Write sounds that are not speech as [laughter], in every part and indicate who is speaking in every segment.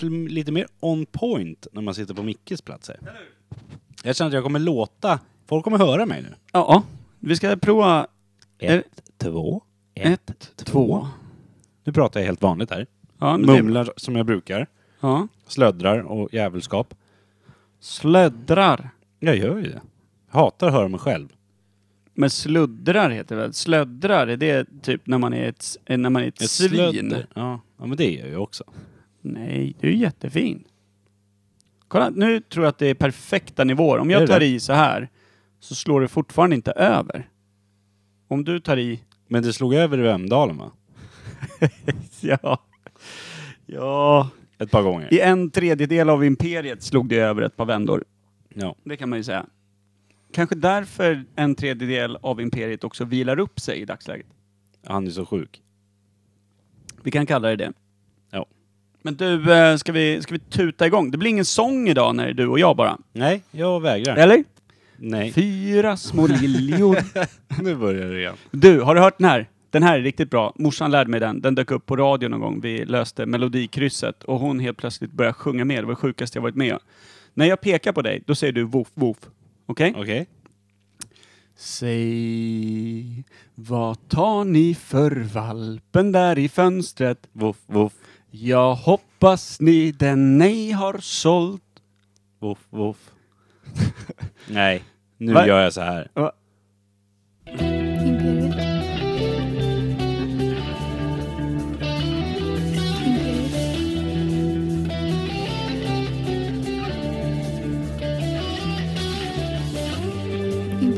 Speaker 1: till lite mer on point när man sitter på Mickes plats här. Jag känner att jag kommer låta, folk kommer höra mig nu.
Speaker 2: Ja, vi ska prova
Speaker 1: Ett, två,
Speaker 2: ett, två.
Speaker 1: Nu pratar jag helt vanligt här.
Speaker 2: Ja, men det,
Speaker 1: Mumlar som jag brukar,
Speaker 2: ja.
Speaker 1: slöddrar och jävelskap.
Speaker 2: Slöddrar.
Speaker 1: Jag gör ju det. Hatar att höra mig själv.
Speaker 2: Men sluddrar heter det väl? Slöddrar, är det typ när man är ett, s- eh, när man är ett,
Speaker 1: Ett
Speaker 2: svin?
Speaker 1: slödder. Ja. ja, men det är jag ju också.
Speaker 2: Nej, du är jättefin. Kolla, nu tror jag att det är perfekta nivåer. Om
Speaker 1: Är
Speaker 2: jag
Speaker 1: det
Speaker 2: tar
Speaker 1: det?
Speaker 2: i så här så slår det fortfarande inte över. Om du tar i... [laughs]
Speaker 1: Men det slog över i Vemdalen va?
Speaker 2: Ja. Ja.
Speaker 1: Ett par gånger.
Speaker 2: I en tredjedel av imperiet slog det över ett par vändor.
Speaker 1: Ja.
Speaker 2: Det kan man ju säga. Kanske därför en tredjedel av imperiet också vilar upp sig i dagsläget.
Speaker 1: Han är så sjuk.
Speaker 2: Vi kan kalla det det.
Speaker 1: Ja.
Speaker 2: Men du, eh, ska vi, ska vi tuta igång? Det blir ingen sång idag när det är du och jag bara.
Speaker 1: Nej, jag vägrar.
Speaker 2: Eller?
Speaker 1: Nej.
Speaker 2: Fyra små liljor.
Speaker 1: [laughs] Nu börjar det igen.
Speaker 2: Du, har du hört den här? Den här är riktigt bra. Morsan lärde mig den. Den dök upp på radio någon gång. Vi löste melodikrysset och hon helt plötsligt började sjunga med. Det var det sjukaste jag varit med om. När jag pekar på dig, då säger du woof woof. Okej?
Speaker 1: Okej.
Speaker 2: Säg, vad tar ni för valpen där i fönstret?
Speaker 1: Voff, voff,
Speaker 2: Jag hoppas ni den ni har sålt.
Speaker 1: voff, [laughs] voff. Nej, nu
Speaker 2: Va?
Speaker 1: gör jag så här.
Speaker 2: Va?
Speaker 3: Imperial. Imperial.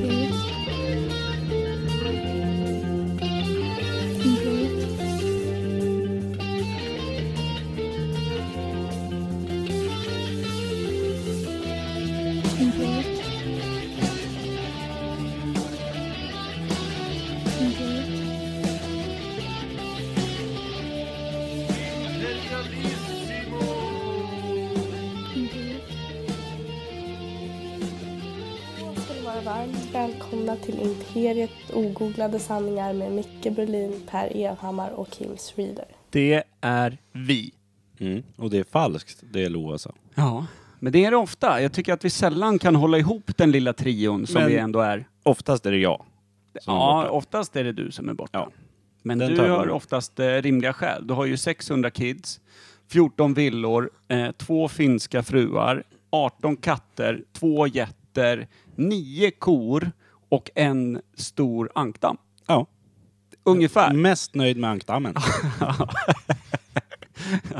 Speaker 3: Imperial. Imperial. Imperial. Imperial. Imperial.
Speaker 4: ska ni vara varmt välkomna till Imperiet ogooglade sanningar med Micke Berlin, Per Evhammar och Kim Reader.
Speaker 2: Det är vi.
Speaker 1: Mm. Och det är falskt, det Lo alltså. sa.
Speaker 2: Ja, men det är det ofta. Jag tycker att vi sällan kan hålla ihop den lilla trion som
Speaker 1: Men-
Speaker 2: vi ändå är.
Speaker 1: Oftast är det jag. som är
Speaker 2: Ja,
Speaker 1: borta.
Speaker 2: oftast är det du som är borta.
Speaker 1: Ja.
Speaker 2: Men
Speaker 1: Den
Speaker 2: du
Speaker 1: tar vi.
Speaker 2: har oftast eh, rimliga skäl. Du har ju 600 kids, 14 villor, eh, två finska fruar, 18 katter, två getter, nio kor och en stor ankdamm.
Speaker 1: ja.
Speaker 2: Ungefär.
Speaker 1: Mest nöjd med ankdammen.
Speaker 2: [laughs]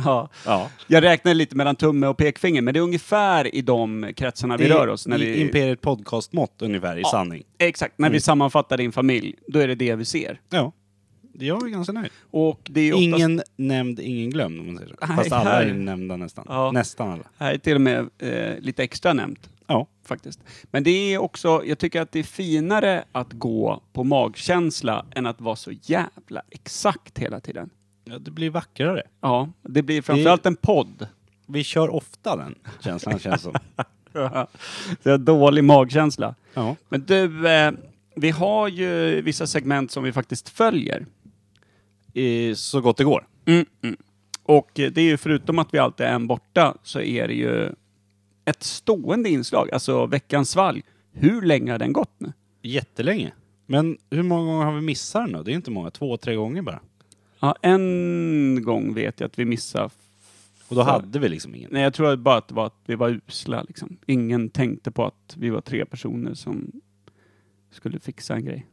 Speaker 2: Ja.
Speaker 1: [laughs] ja.
Speaker 2: Jag räknar lite mellan tumme och pekfinger, men det är ungefär i de kretsarna vi
Speaker 1: Det är
Speaker 2: rör oss. När
Speaker 1: i Mm.
Speaker 2: vi,
Speaker 1: Imperiet Podcast-mått ungefär, i
Speaker 2: Ja.
Speaker 1: sanning.
Speaker 2: exakt, när vi sammanfattar din familj, då är det det vi ser.
Speaker 1: Ja. Jag är ganska nöjd.
Speaker 2: Och det är oftast,
Speaker 1: Ingen nämnd, ingen glömd om man säger så.
Speaker 2: Nej,
Speaker 1: Fast alla
Speaker 2: här-
Speaker 1: är nämnda nästan.
Speaker 2: Ja.
Speaker 1: Nästan alla.
Speaker 2: här är till och med eh, lite extra nämnt.
Speaker 1: Ja.
Speaker 2: faktiskt. Men det är också, jag tycker att det är finare att gå på magkänsla än att vara så jävla exakt hela tiden.
Speaker 1: ja, det blir vackrare.
Speaker 2: Ja, det blir framförallt en podd.
Speaker 1: Vi kör ofta den känslan känns som.
Speaker 2: Det är dålig magkänsla.
Speaker 1: [laughs] Ja.
Speaker 2: Men du, eh, vi har ju vissa segment som vi faktiskt följer.
Speaker 1: I, så gott det går.
Speaker 2: Och eh, det är ju förutom att vi alltid är en borta så är det ju ett stående inslag, alltså veckans svalg. Hur länge har den gått nu?
Speaker 1: Jättelänge. Men hur många gånger har vi missat den då? Det är inte många, två, tre gånger bara.
Speaker 2: Ja, en gång vet jag att vi missade
Speaker 1: Och då
Speaker 2: Så.
Speaker 1: hade vi liksom ingen.
Speaker 2: Nej, jag tror bara att det var att vi var usla liksom. Ingen tänkte på att vi var tre personer som skulle fixa en grej.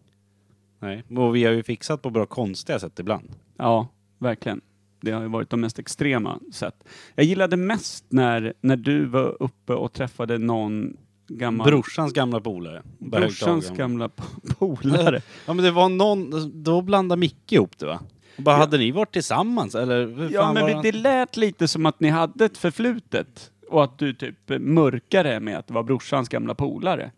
Speaker 1: Nej. Och vi har ju fixat på bra konstiga sätt ibland.
Speaker 2: Ja, verkligen. Det har ju varit de mest extrema sätt. Jag gillade mest när, när du var uppe och träffade någon gammal...
Speaker 1: Brorsans gamla polare. Där
Speaker 2: brorsans
Speaker 1: högtalaren.
Speaker 2: gamla po- polare.
Speaker 1: Ja men det var någon, då blandade Micke ihop det va? Och bara, hade ni varit tillsammans eller? [laughs] hur
Speaker 2: Ja,
Speaker 1: fan
Speaker 2: men
Speaker 1: var
Speaker 2: vi,
Speaker 1: han-
Speaker 2: det lät lite som att ni hade ett förflutet och att du typ mörkade med att det var brorsans gamla polare.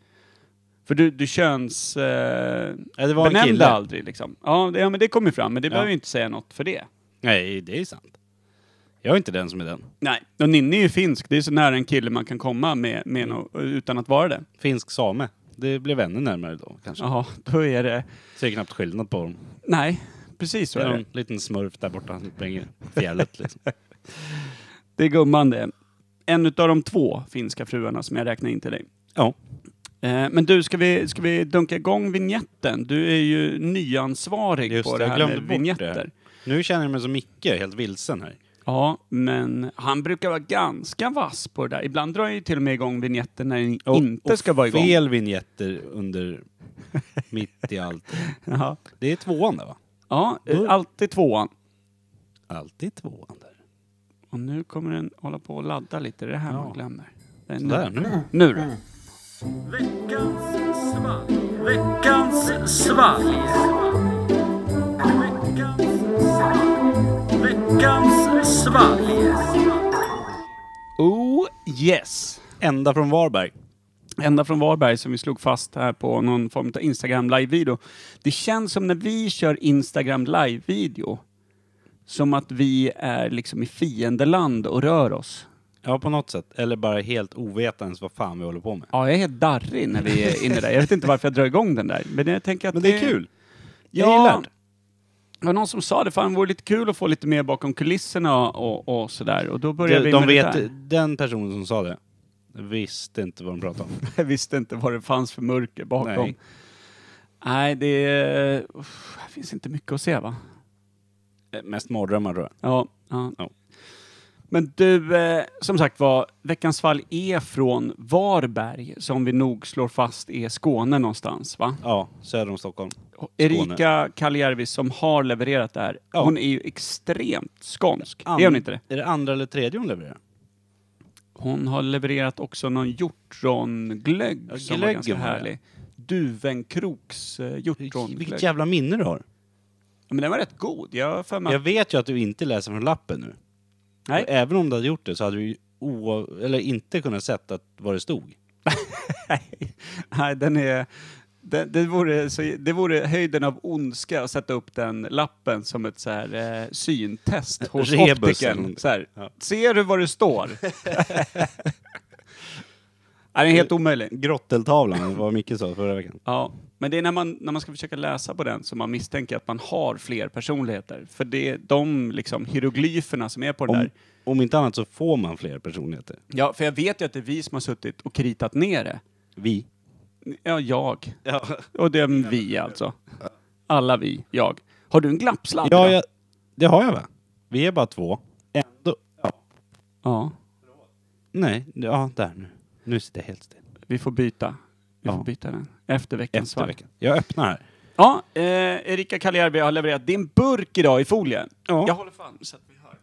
Speaker 2: För du, du köns... Eh,
Speaker 1: Ja, det var en
Speaker 2: benämnde
Speaker 1: kille.
Speaker 2: aldrig liksom. Ja, det, ja, men det kom ju fram, men det behöver ju inte säga något för det.
Speaker 1: Nej, det är sant. Jag är inte den som är den.
Speaker 2: Nej, och Ninni är ju finsk. Det är så nära en kille man kan komma med, med nå- utan att vara det.
Speaker 1: Finsk same. Det blev ännu närmare då kanske.
Speaker 2: Jaha, då är det...
Speaker 1: Ser knappt skillnad på dem.
Speaker 2: Nej, precis så
Speaker 1: Det är
Speaker 2: är det. [laughs]
Speaker 1: någon liten smurf där borta som springer i fjället liksom.
Speaker 2: Det är gumman det. En utav de två finska fruarna som jag räknar in till dig.
Speaker 1: Ja.
Speaker 2: Eh, Men du, ska vi, ska vi dunka igång vignetten? Du är ju nyansvarig
Speaker 1: Just
Speaker 2: på
Speaker 1: det,
Speaker 2: det
Speaker 1: jag
Speaker 2: här
Speaker 1: glömde
Speaker 2: med
Speaker 1: bort det.
Speaker 2: vignetter.
Speaker 1: Nu känner jag mig så Micke, helt vilsen här.
Speaker 2: Ja, men han brukar vara ganska vass på det där. Ibland drar han ju till och med igång vignetten när den
Speaker 1: Och-
Speaker 2: inte
Speaker 1: och
Speaker 2: ska vara igång.
Speaker 1: fel vignetter under... mitt i allt.
Speaker 2: Ja,
Speaker 1: Det är tvåan där va?
Speaker 2: ja eh, alltid tvåan.
Speaker 1: Alltid tvåan där.
Speaker 2: Och nu kommer den hålla på och ladda lite. Det är det här man glömmer. Det är nu.
Speaker 1: Där, nu.
Speaker 2: Nu då. Oh yes!
Speaker 1: Ända från Varberg.
Speaker 2: ända från Varberg som vi slog fast här på någon form av Instagram live-video. Det känns som när vi kör Instagram live-video som att vi är liksom i fiendeland och rör oss.
Speaker 1: Ja, på något sätt. Eller bara helt ovetandes vad fan vi håller på med.
Speaker 2: Ja, jag är helt darrig när vi är inne där. Jag vet inte varför jag drar igång den där. Men jag tänker att
Speaker 1: Men det är kul.
Speaker 2: Ja,
Speaker 1: Eh, Jag gillar det.
Speaker 2: det var någon som sa det, fan det vore lite kul att få lite mer bakom kulisserna och, och sådär. Och då började
Speaker 1: De,
Speaker 2: vi
Speaker 1: de vet,
Speaker 2: med det
Speaker 1: den personen som sa det visste inte vad de pratade om.
Speaker 2: där. [laughs] Jag visste inte vad det fanns för mörker bakom. Nej,
Speaker 1: Nej.
Speaker 2: det, är- uff, här finns inte mycket att se va?
Speaker 1: [laughs] Eh, Mest mardrömmar tror jag.
Speaker 2: Ja. ja.
Speaker 1: Ja.
Speaker 2: Men du, eh, som sagt var, Veckans fall är från Varberg, som vi nog slår fast är Skåne någonstans, va?
Speaker 1: Ja, söder om Stockholm.
Speaker 2: Och Erika Kaljärvi som har levererat det här,
Speaker 1: Ja.
Speaker 2: hon är ju extremt skånsk. Är hon inte det?
Speaker 1: Är det andra eller tredje hon levererar?
Speaker 2: Hon har levererat också någon hjortronglögg
Speaker 1: Ja,
Speaker 2: som var ganska
Speaker 1: glöggen var det.
Speaker 2: härlig. Duvenkroks eh, hjortronglögg.
Speaker 1: Vilket
Speaker 2: Ja,
Speaker 1: jävla minne du har.
Speaker 2: men den var rätt god. Jag har för mig
Speaker 1: Jag
Speaker 2: att-
Speaker 1: vet ju att du inte läser från lappen nu.
Speaker 2: Nej.
Speaker 1: Och även om du hade gjort det så hade du ju o- eller inte kunnat sett att vad det stod.
Speaker 2: [laughs] Nej, nej den är... Det, det, vore, så, det vore höjden av ondska att sätta upp den lappen som ett så här, eh, syntest hos
Speaker 1: Rebus eller
Speaker 2: optikern.
Speaker 1: någonting.
Speaker 2: Så här,
Speaker 1: Ja.
Speaker 2: Ser du vad det [laughs] står? nej, den är helt omöjlig.
Speaker 1: Grotteltavlan, vad Micke sa förra veckan.
Speaker 2: Ja, men det är när man, när man ska försöka läsa på den som man misstänker att man har fler personligheter. För det är de liksom, hieroglyferna som är på den
Speaker 1: Om,
Speaker 2: där.
Speaker 1: om inte annat så får man fler personligheter.
Speaker 2: Ja, för jag vet ju att det är vi som har suttit och kritat ner det.
Speaker 1: Vi.
Speaker 2: Ja, jag.
Speaker 1: Ja,
Speaker 2: Och det är vi alltså. Alla vi, jag. Har du en glappsladd?
Speaker 1: ja
Speaker 2: idag?
Speaker 1: jag, det har jag va? Vi är bara två. Ändå. Ja.
Speaker 2: ja.
Speaker 1: Nej, ja där nu. Nu sitter jag helt still.
Speaker 2: Vi får byta. Vi
Speaker 1: Ja.
Speaker 2: får byta den. Efter veckans
Speaker 1: Efter
Speaker 2: svar.
Speaker 1: veckan. Jag öppnar här.
Speaker 2: Ja, eh, Erika Kaljärvi har levererat din burk idag i folie.
Speaker 1: Ja.
Speaker 2: Jag håller fram så att vi hör.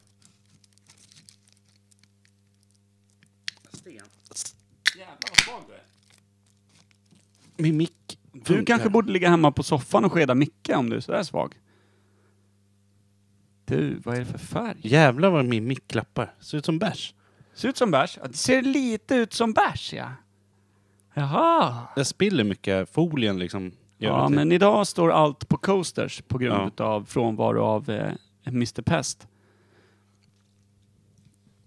Speaker 2: Jävlar vad svag du är.
Speaker 1: Min mick
Speaker 2: Du kanske borde ligga hemma på soffan och skeda Micke om du är sådär svag. Du, vad är det för färg?
Speaker 1: Jävlar vad min mick klappar. Ser ut som bärs.
Speaker 2: Ser ut som bärs. Ja, det ser lite ut som bärs, ja. Jaha.
Speaker 1: Jag spiller mycket folien liksom. gör
Speaker 2: Ja,
Speaker 1: att det-
Speaker 2: men idag står allt på coasters på grund
Speaker 1: Ja.
Speaker 2: av frånvaro av eh, Mr Pest.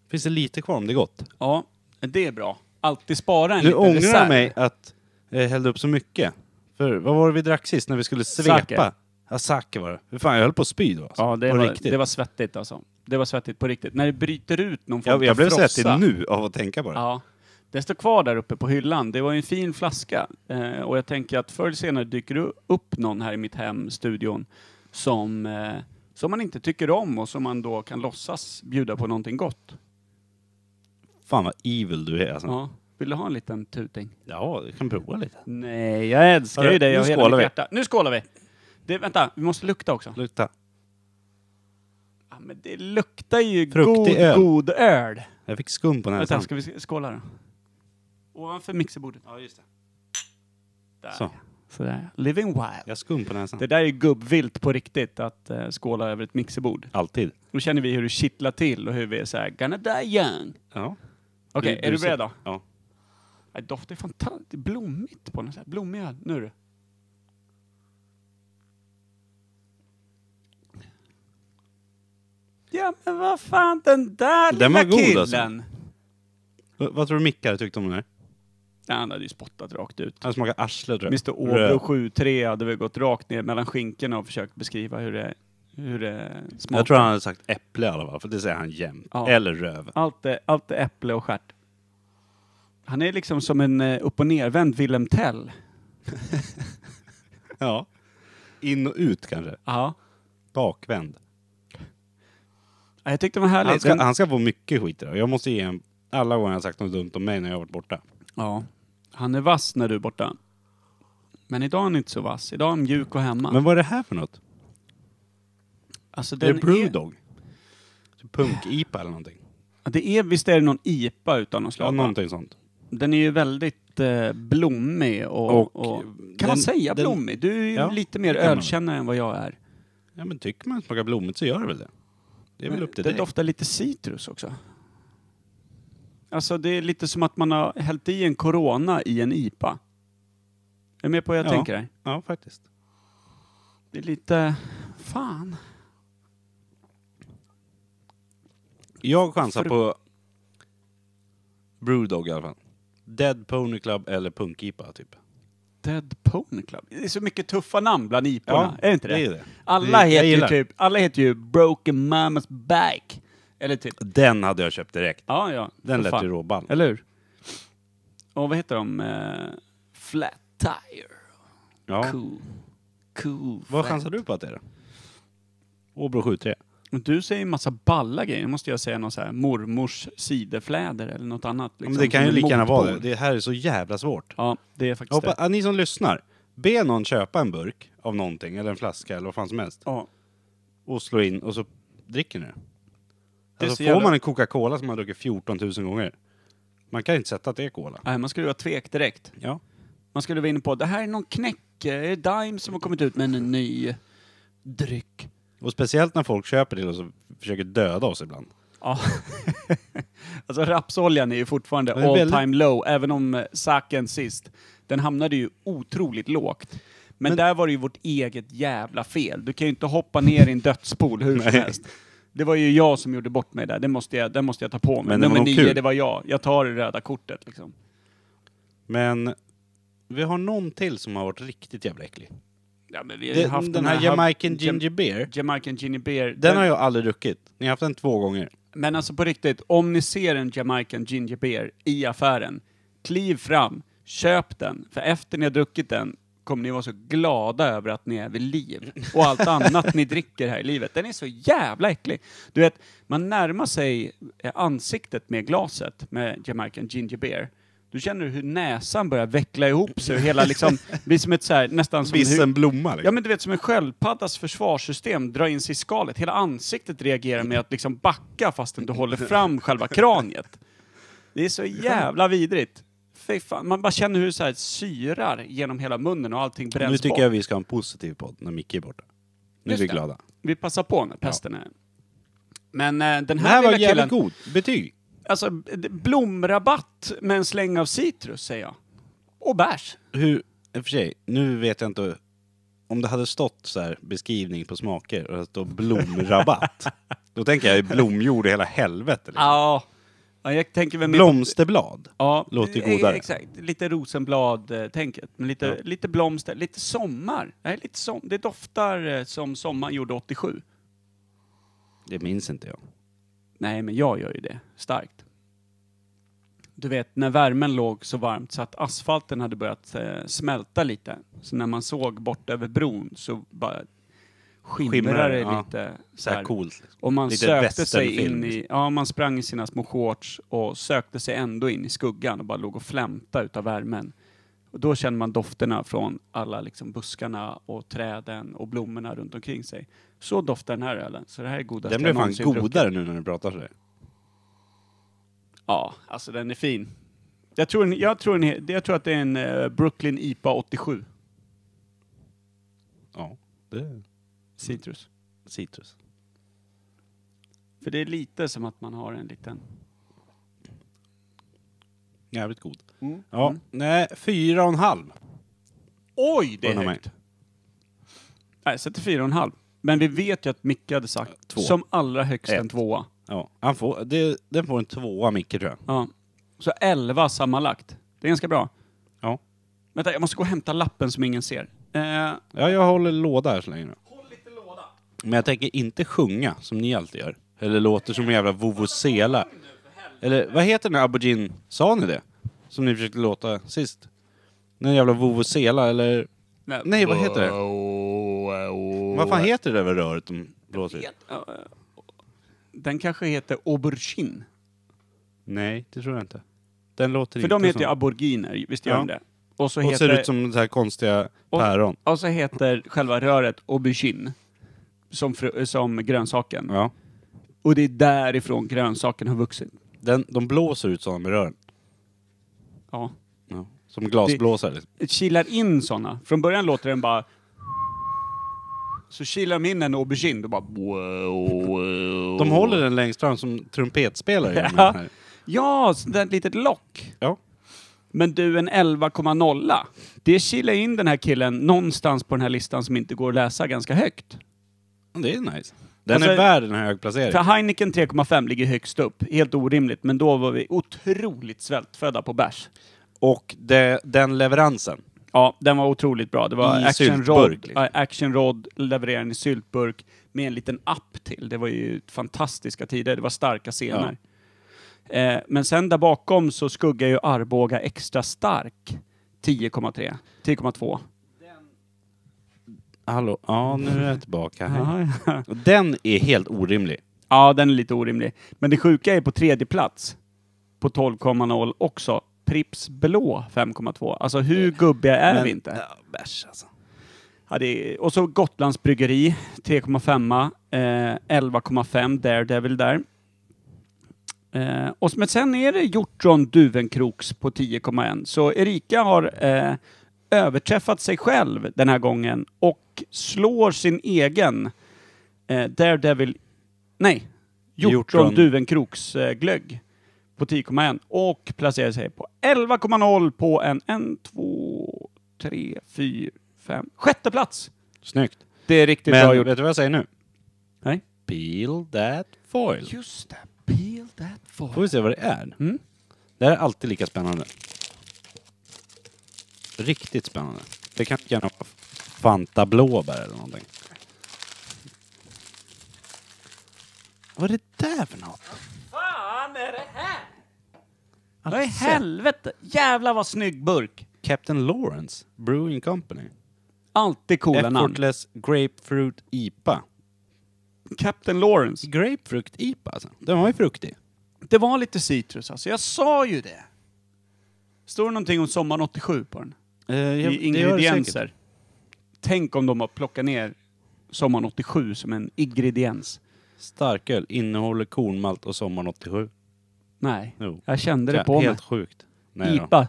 Speaker 1: Finns det lite kvar om det är gott?
Speaker 2: Ja, det är bra. Alltid spara [laughs] en
Speaker 1: Nu
Speaker 2: liten
Speaker 1: ångrar
Speaker 2: reserv.
Speaker 1: jag mig att jag hällde upp så mycket. För vad var det vi drack sist när vi skulle svepa?
Speaker 2: Sake.
Speaker 1: Ja, sake var det. Hur fan, jag höll på att spy då. Alltså.
Speaker 2: Ja, det
Speaker 1: på
Speaker 2: var,
Speaker 1: riktigt.
Speaker 2: det var svettigt alltså. Det var svettigt på riktigt. När det bryter ut någon form
Speaker 1: jag, jag blev
Speaker 2: av frossa.
Speaker 1: svettig nu av att tänka på det.
Speaker 2: Ja. Den står kvar där uppe på hyllan. Det var ju en fin flaska. Eh, och jag tänker att förr eller senare dyker det upp någon här i mitt hem, studion, som, eh, som man inte tycker om och som man då kan låtsas bjuda på någonting gott.
Speaker 1: Fan vad evil du är alltså. Ja,
Speaker 2: Ja. Vill du ha en liten tuting?
Speaker 1: jag kan prova lite.
Speaker 2: Nej, jag älskar
Speaker 1: Hörru,
Speaker 2: ju dig
Speaker 1: nu
Speaker 2: av hela
Speaker 1: skålar
Speaker 2: mitt
Speaker 1: vi.
Speaker 2: hjärta. Nu skålar vi! Det, vänta, vi måste lukta också.
Speaker 1: Lukta.
Speaker 2: Ja, men det luktar ju
Speaker 1: Fruktig
Speaker 2: god,
Speaker 1: öl.
Speaker 2: god öl.
Speaker 1: Jag fick skum på
Speaker 2: Vänta,
Speaker 1: näsan.
Speaker 2: ska vi skåla då? Ovanför mixerbordet. Ja, just det. Där.
Speaker 1: Så.
Speaker 2: Sådär. Living wild.
Speaker 1: Jag har skum på näsan.
Speaker 2: Det där är gubbvilt på riktigt, att eh, skåla över ett mixerbord.
Speaker 1: Alltid.
Speaker 2: Då känner vi hur det kittlar till och hur vi är såhär, gonna die young.
Speaker 1: Ja.
Speaker 2: Okej,
Speaker 1: Du-
Speaker 2: är du
Speaker 1: du ser-
Speaker 2: beredd då?
Speaker 1: Ja.
Speaker 2: Nej, doftar fantastiskt blommigt på något sätt. Blommig öl. Nu du. Ja men vad fan den där
Speaker 1: Den
Speaker 2: lilla
Speaker 1: var god,
Speaker 2: killen.
Speaker 1: alltså. V- vad tror du Micke hade tyckt om den här?
Speaker 2: Ja, han hade ju spottat rakt ut.
Speaker 1: Han smakar arsle tror jag.
Speaker 2: Mr Åbro 7-3 hade väl gått rakt ner mellan skinkorna och försökt beskriva hur det hur det smakar.
Speaker 1: Jag tror han hade sagt äpple i alla fall, för det säger han jämt.
Speaker 2: Ja.
Speaker 1: Eller röv.
Speaker 2: allt, är, allt är äpple och stjärt. Han är liksom som en eh, upp och nervänd Wilhelm Tell.
Speaker 1: Ja. In och ut kanske.
Speaker 2: Ja.
Speaker 1: Bakvänd.
Speaker 2: Jag tyckte den var härlig.
Speaker 1: Han ska,
Speaker 2: Den-
Speaker 1: han ska få mycket skit idag. Jag måste ge en, alla gånger han har sagt något dumt om mig när jag har varit borta.
Speaker 2: Ja. Han är vass när du är borta. Men idag är han inte så vass. Idag är han mjuk och hemma.
Speaker 1: Men vad är det här för något?
Speaker 2: alltså,
Speaker 1: Det är
Speaker 2: den
Speaker 1: det Brewdog? Punk-IPA eller någonting?
Speaker 2: Ja, Det är, visst är det någon IPA utan något slag?
Speaker 1: Ja,
Speaker 2: va?
Speaker 1: någonting sånt.
Speaker 2: Den är ju väldigt eh, blommig och...
Speaker 1: Och,
Speaker 2: och, kan
Speaker 1: den-
Speaker 2: man säga
Speaker 1: den-
Speaker 2: blommig? Du är ju
Speaker 1: Ja,
Speaker 2: lite mer
Speaker 1: det kan man.
Speaker 2: ölkännare än vad jag är.
Speaker 1: Ja men tycker man att det smakar blommigt så gör det väl det. Det är väl upp till
Speaker 2: det
Speaker 1: dig.
Speaker 2: doftar lite citrus också. Alltså det är lite som att man har hällt i en Corona i en IPA. Är du med på vad jag
Speaker 1: Ja.
Speaker 2: tänker här?
Speaker 1: Ja faktiskt.
Speaker 2: Det är lite... Fan.
Speaker 1: Jag chansar
Speaker 2: För-
Speaker 1: på Brewdog i alla fall. Dead Pony Club eller Punk-IPA typ.
Speaker 2: Dead Pony Club. Det är så mycket tuffa namn bland IPorna.
Speaker 1: Ja,
Speaker 2: är det inte det?
Speaker 1: det är det.
Speaker 2: Alla,
Speaker 1: Det- jag
Speaker 2: heter ju
Speaker 1: gillar.
Speaker 2: typ, alla heter ju Broken Mamas Back. Eller typ...
Speaker 1: Den hade jag köpt direkt.
Speaker 2: Ja, ja.
Speaker 1: Den
Speaker 2: för
Speaker 1: lät
Speaker 2: fan.
Speaker 1: ju råball.
Speaker 2: Eller hur? Och vad heter de? Eh, flat Tire.
Speaker 1: Ja.
Speaker 2: Cool. Cool.
Speaker 1: Vad
Speaker 2: flat.
Speaker 1: chansar du på att det är då? Åbro 73.
Speaker 2: Men Du säger en massa balla grejer. Nu måste jag säga någon så här mormors sidefläder eller något annat.
Speaker 1: Ja,
Speaker 2: Liksom,
Speaker 1: men det kan
Speaker 2: som
Speaker 1: ju
Speaker 2: en
Speaker 1: lika gärna vara det.
Speaker 2: motpol.
Speaker 1: Det här är så jävla svårt.
Speaker 2: Ja, det är faktiskt
Speaker 1: Jag hoppas,
Speaker 2: det.
Speaker 1: ah, ni som lyssnar, be någon köpa en burk av någonting eller en flaska eller vad fan som helst
Speaker 2: Ja.
Speaker 1: och slå in och så dricker ni det.
Speaker 2: Det är
Speaker 1: Alltså
Speaker 2: så
Speaker 1: får
Speaker 2: jävla-
Speaker 1: man en Coca-Cola som man har druckit 14 000 gånger, man kan inte sätta att det är Cola.
Speaker 2: Nej, man skulle vara tvek direkt.
Speaker 1: Ja.
Speaker 2: Man skulle vara inne på det här är någon knäck. eh, Är det Dime som har kommit ut med en ny dryck?
Speaker 1: Och speciellt när folk köper till oss och försöker döda oss ibland.
Speaker 2: Ja. [laughs] alltså rapsoljan är ju fortfarande
Speaker 1: Den är
Speaker 2: all
Speaker 1: väldigt-
Speaker 2: time low, även om eh, saken sist, den hamnade ju otroligt lågt. Men,
Speaker 1: Men-
Speaker 2: där var det ju vårt eget jävla fel. Du kan ju inte hoppa ner i en dödspool hur som
Speaker 1: Nej.
Speaker 2: helst. Det var ju jag som gjorde bort mig där, det måste jag, det måste jag ta på mig.
Speaker 1: Men det var
Speaker 2: Nummer
Speaker 1: nog
Speaker 2: nio,
Speaker 1: kul.
Speaker 2: det var jag. Jag tar det röda kortet liksom.
Speaker 1: Men vi har någon till som har varit riktigt jävla äcklig.
Speaker 2: Ja, men vi har ju haft
Speaker 1: Den, den här Jamaican Ginger Beer,
Speaker 2: Jamaican Ginny Beer.
Speaker 1: den har jag aldrig druckit. Ni har haft den två gånger.
Speaker 2: Men alltså på riktigt, om ni ser en Jamaican Ginger Beer i affären, kliv fram, köp den. För efter ni har druckit den kommer ni vara så glada över att ni är vid liv. Och allt annat ni dricker här i livet. Den är så jävla äcklig. Du vet, man närmar sig eh, ansiktet med glaset med Jamaican Ginger Beer. Du känner hur näsan börjar veckla ihop sig och hela liksom, blir som ett så här, nästan som en
Speaker 1: Vissen blomma
Speaker 2: Ja
Speaker 1: liksom.
Speaker 2: men du vet som en sköldpaddas försvarssystem drar in sig i skalet. Hela ansiktet reagerar med att liksom backa fastän du håller fram själva kraniet. Det är så jävla vidrigt. Fy fan. Man bara känner hur det så här syrar genom hela munnen och allting bränns
Speaker 1: Nu tycker
Speaker 2: bort.
Speaker 1: jag vi ska ha en positiv podd när Micke är borta. Nu är
Speaker 2: Just
Speaker 1: vi
Speaker 2: det.
Speaker 1: glada.
Speaker 2: Vi passar på när pesten är. Men eh, den
Speaker 1: Den här
Speaker 2: här,
Speaker 1: var
Speaker 2: lilla killen,
Speaker 1: jävligt god. Betyg.
Speaker 2: alltså b- d- blomrabatt med en släng av citrus säger jag. Och bärs.
Speaker 1: Hur, i och för sig, nu vet jag inte om det hade stått så här beskrivning på smaker och det står blomrabatt.
Speaker 2: [laughs]
Speaker 1: då tänker jag blomjord i hela helvete. Liksom.
Speaker 2: Ja. Ja, jag tänker väl mer på-
Speaker 1: Blomsterblad.
Speaker 2: Ja,
Speaker 1: Låter ju
Speaker 2: eh,
Speaker 1: godare.
Speaker 2: Exakt, lite Rosenblad-tänket. Men lite,
Speaker 1: Ja.
Speaker 2: lite blomster, lite sommar. Nej, lite som, det doftar eh, som sommaren gjorde 87.
Speaker 1: Det minns inte jag.
Speaker 2: Nej, men jag gör ju det. Starkt. Du vet, när värmen låg så varmt så att asfalten hade börjat eh, smälta lite. Så när man såg bort över bron så bara
Speaker 1: Skimrar,
Speaker 2: skimrade det
Speaker 1: ja.
Speaker 2: lite. Så
Speaker 1: Så här
Speaker 2: här.
Speaker 1: coolt. Liksom.
Speaker 2: Och man
Speaker 1: lite
Speaker 2: sökte sig in
Speaker 1: westernfilm. liksom.
Speaker 2: i, ja man sprang i sina små shorts och sökte sig ändå in i skuggan och bara låg och flämtade utav värmen. Och då kände man dofterna från alla liksom buskarna och träden och blommorna runt omkring sig. Så doftar den här ölen. Så det här är godaste
Speaker 1: Den
Speaker 2: jag
Speaker 1: blev fan
Speaker 2: någonsin druckit.
Speaker 1: godare nu när du pratar sådär.
Speaker 2: Ja, alltså den är fin. Jag tror, en, jag tror, en, jag tror att det är en eh, Brooklyn IPA 87.
Speaker 1: Ja, det är
Speaker 2: Citrus.
Speaker 1: citrus.
Speaker 2: För det är lite som att man har en liten...
Speaker 1: Jävligt god.
Speaker 2: Mm.
Speaker 1: Ja, nej, fyra och en halv.
Speaker 2: Oj, det är
Speaker 1: Undrar mig.
Speaker 2: högt! Nej, jag sätter fyra och en halv. Men vi vet ju att Micke hade sagt
Speaker 1: Två.
Speaker 2: som allra högst en
Speaker 1: Ett.
Speaker 2: tvåa.
Speaker 1: Ja, han får, det, den får en tvåa Micke tror jag.
Speaker 2: Ja. Så elva sammanlagt. Det är ganska bra.
Speaker 1: Ja.
Speaker 2: Vänta, jag måste gå och hämta lappen som ingen ser. Eh,
Speaker 1: ja, jag håller låda här så länge nu.
Speaker 2: Håll lite låda.
Speaker 1: Men jag tänker inte sjunga som ni alltid gör. Eller låter som en jävla vuvuzela. Eller vad heter den här abogin? Sa ni det? Som ni försökte låta sist? Den jävla vuvuzela eller? Nej, vad heter det? Vad fan heter det där röret de blåser i?
Speaker 2: eh, Den kanske heter aubergine.
Speaker 1: Nej, det tror jag inte. Den låter
Speaker 2: För
Speaker 1: inte
Speaker 2: de heter
Speaker 1: som...
Speaker 2: ju aboriginer, visst gör
Speaker 1: Ja.
Speaker 2: de det? Och så
Speaker 1: Och
Speaker 2: heter,
Speaker 1: ser ut som så här konstiga
Speaker 2: Och-
Speaker 1: päron.
Speaker 2: och så heter själva röret aubergine. Som, frö, som grönsaken.
Speaker 1: Ja.
Speaker 2: Och det är därifrån grönsaken har vuxit.
Speaker 1: Den, de blåser ut sådana med rören.
Speaker 2: Ja.
Speaker 1: Ja. Som glasblåsare. liksom.
Speaker 2: kilar in såna. Från början låter den bara... Så kilar de in en aubergine, då bara...
Speaker 1: De håller den längst fram som trumpetspelare. gör med
Speaker 2: Oh. Ja.
Speaker 1: den här.
Speaker 2: Ja, sånt där litet lock.
Speaker 1: ja.
Speaker 2: Men du, en 11,0. Det kilar in den här killen någonstans på den här listan som inte går att läsa ganska högt.
Speaker 1: Det är nice. Den
Speaker 2: Alltså-
Speaker 1: är värd en hög placering.
Speaker 2: För Heineken 3,5 ligger högst upp. Helt orimligt, men då var vi otroligt svältfödda på bärs.
Speaker 1: Och det, den leveransen.
Speaker 2: Ja, den var otroligt bra. Det var
Speaker 1: I
Speaker 2: Action Rod,
Speaker 1: syltburk, liksom.
Speaker 2: ja, Action Rod levererade en i syltburk med en liten app till. Det var ju fantastiska tider, det var starka scener. Eh, men sen där bakom så skuggar ju Arboga extra stark 10,3. 10,2.
Speaker 1: Hallå, ja nu är jag tillbaka. här.
Speaker 2: Ja, ja.
Speaker 1: Och Den är helt orimlig.
Speaker 2: [laughs] ja, den är lite orimlig. Men det sjuka är på tredje plats, på 12,0 också, Pripps Blå 5,2. Alltså
Speaker 1: Eh,
Speaker 2: hur gubbiga är vi inte?
Speaker 1: Ja, bärs alltså.
Speaker 2: Ja, det är, och så Gotlands Bryggeri, 3,5. Eh, 11,5 Daredevil där. Eh, och s- men sen är det Hjortron Duvenkroks på 10,1. Så Erika har eh, överträffat sig själv den här gången och slår sin egen eh, Daredevil... Nej, Hjortron,
Speaker 1: Hjortron.
Speaker 2: Duvenkroks eh, glögg på 10,1 och placerar sig på 11,0 på en 1, 2, 3, 4, 5, sjätte plats.
Speaker 1: Snyggt.
Speaker 2: Det är riktigt bra
Speaker 1: Men
Speaker 2: Typ gjort.
Speaker 1: vet du vad jag säger nu?
Speaker 2: Nej.
Speaker 1: Peel that foil.
Speaker 2: Just det. Peel that
Speaker 1: Får
Speaker 2: for.
Speaker 1: vi se vad det är.
Speaker 2: Mm.
Speaker 1: Det här är alltid lika spännande. Riktigt spännande. Det kan gärna vara Fanta blåbär eller någonting. Vad är det där för något?
Speaker 2: fan är det här?
Speaker 1: Har
Speaker 2: Vad i
Speaker 1: du sett?
Speaker 2: helvete? Jävlar vad snygg burk.
Speaker 1: Captain Lawrence Brewing Company.
Speaker 2: Alltid coola namn.
Speaker 1: Effortless Grapefruit IPA.
Speaker 2: Captain Lawrence.
Speaker 1: Grapefrukt IPA alltså. Den var ju fruktig.
Speaker 2: Det var lite citrus alltså. Jag sa ju det. Står det någonting om sommaren 87 på den?
Speaker 1: Eh, jag- det gör
Speaker 2: I
Speaker 1: det säkert.
Speaker 2: ingredienser. Tänk om de har plockat ner sommaren 87 som en ingrediens.
Speaker 1: Starköl innehåller kornmalt och sommar 87.
Speaker 2: Nej,
Speaker 1: Jo.
Speaker 2: jag kände det
Speaker 1: Ja,
Speaker 2: på mig.
Speaker 1: Helt sjukt. Nej då.
Speaker 2: IPA.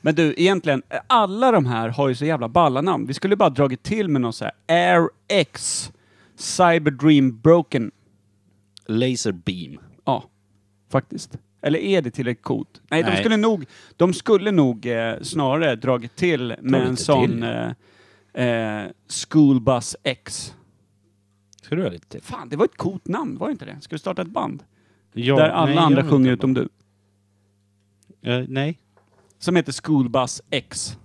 Speaker 2: Men du, egentligen, alla de här har ju så jävla balla namn. Vi skulle bara dragit till med någon så här Air X, Cyber Dream Broken.
Speaker 1: Laser beam.
Speaker 2: Ja, faktiskt. Eller är det tillräckligt coolt? Nej, de
Speaker 1: Nej.
Speaker 2: skulle nog, de skulle nog eh, snarare dragit till med en
Speaker 1: inte
Speaker 2: sån
Speaker 1: till.
Speaker 2: eh, eh, School Bus X.
Speaker 1: Ska du ha lite till?
Speaker 2: Fan, det var ett coolt namn, var det inte det? Ska du starta ett band?
Speaker 1: Ja,
Speaker 2: Där alla
Speaker 1: nej, jag
Speaker 2: andra
Speaker 1: vet
Speaker 2: sjunger
Speaker 1: inte.
Speaker 2: utom du.
Speaker 1: Eh, nej.
Speaker 2: Som heter School Bus X.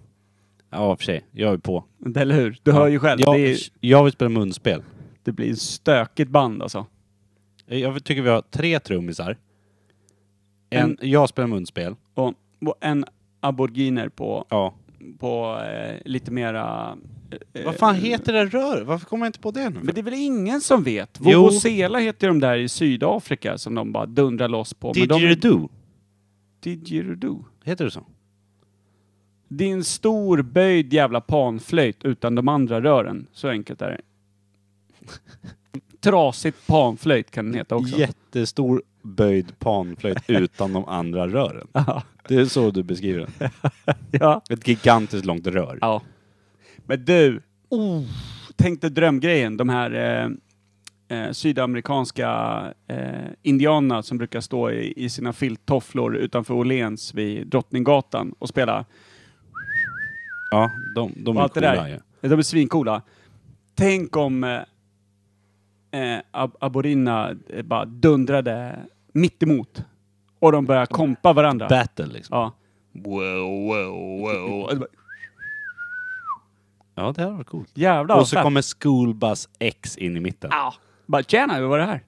Speaker 1: Ja, i och för sig. Jag är på.
Speaker 2: Eller hur? Du hör ju själv.
Speaker 1: Jag,
Speaker 2: Det, är,
Speaker 1: jag vill spela munspel.
Speaker 2: det blir ett stökigt band alltså.
Speaker 1: Jag tycker vi har tre trummisar. En, jag spelar munspel.
Speaker 2: och, och en aboriginer på,
Speaker 1: Ja.
Speaker 2: på eh, lite mera... eh,
Speaker 1: Vad fan heter det röret? Varför kommer jag inte på det nu?
Speaker 2: Men det är väl ingen som vet?
Speaker 1: Jo.
Speaker 2: Vuvuzela heter ju de där i Sydafrika som de bara dundrar loss på. men de-
Speaker 1: Didgeridoo.
Speaker 2: Didgeridoo.
Speaker 1: Heter det så?
Speaker 2: Det är en stor böjd jävla panflöjt utan de andra rören. Så enkelt [laughs] är det. Trasigt panflöjt kan den heta också.
Speaker 1: Jättestor böjd panflöjt utan de andra rören.
Speaker 2: Ja.
Speaker 1: Det är så du beskriver den.
Speaker 2: ja.
Speaker 1: Ett gigantiskt långt rör.
Speaker 2: Ja. Typ. Men du, oh, tänk dig drömgrejen. De här eh, eh, sydamerikanska eh, indianerna som brukar stå i, i sina filttofflor utanför Åhléns vid Drottninggatan och spela.
Speaker 1: Ja, de, de
Speaker 2: Och
Speaker 1: är
Speaker 2: allt det där.
Speaker 1: coola ju.
Speaker 2: De är svincoola. Tänk om eh, eh, ab aborina eh, bara dundrade mitt emot och de börjar kompa varandra.
Speaker 1: Battle liksom.
Speaker 2: Ja.
Speaker 1: Ja, det här var coolt.
Speaker 2: Jävlar
Speaker 1: och
Speaker 2: vad
Speaker 1: så
Speaker 2: fett.
Speaker 1: kommer School Bus X in i mitten.
Speaker 2: Ah, bara tjena, hur var det här?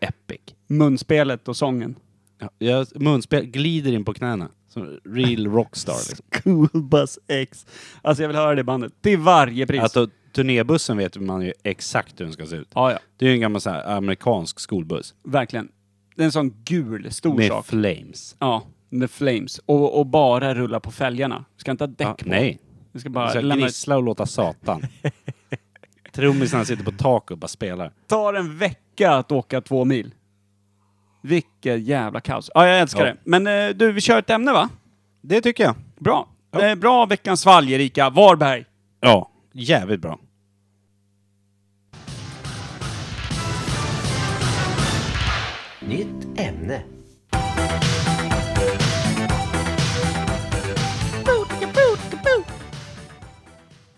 Speaker 1: Epic.
Speaker 2: Munspelet och sången.
Speaker 1: Ja, jag, munspel, glider in på knäna. Som real rockstar liksom.
Speaker 2: [laughs] Cool Bus X. Alltså jag vill höra det bandet. Till varje pris.
Speaker 1: Alltså turnébussen vet man ju exakt hur den ska se ut.
Speaker 2: ja, ja.
Speaker 1: Det är ju en gammal så här, amerikansk skolbuss.
Speaker 2: Verkligen. Det är en sån gul stor
Speaker 1: Med
Speaker 2: sak.
Speaker 1: flames.
Speaker 2: Ja, med flames. Och, och bara rulla på fälgarna. Ska inte ha däck
Speaker 1: Ja,
Speaker 2: på.
Speaker 1: nej.
Speaker 2: Vi ska
Speaker 1: Den
Speaker 2: bara
Speaker 1: ska
Speaker 2: lämna
Speaker 1: gnissla och låta [laughs] satan. Trummisarna sitter på tak och bara spelar.
Speaker 2: tar en vecka att åka två mil. Vilket jävla kaos. Ja, jag
Speaker 1: Ja.
Speaker 2: älskar det. Men eh, du, vi kör ett ämne va?
Speaker 1: Det tycker jag.
Speaker 2: Bra. Eh, bra veckans valj, Erika. Varberg.
Speaker 1: Ja, jävligt bra.
Speaker 5: Nytt ämne.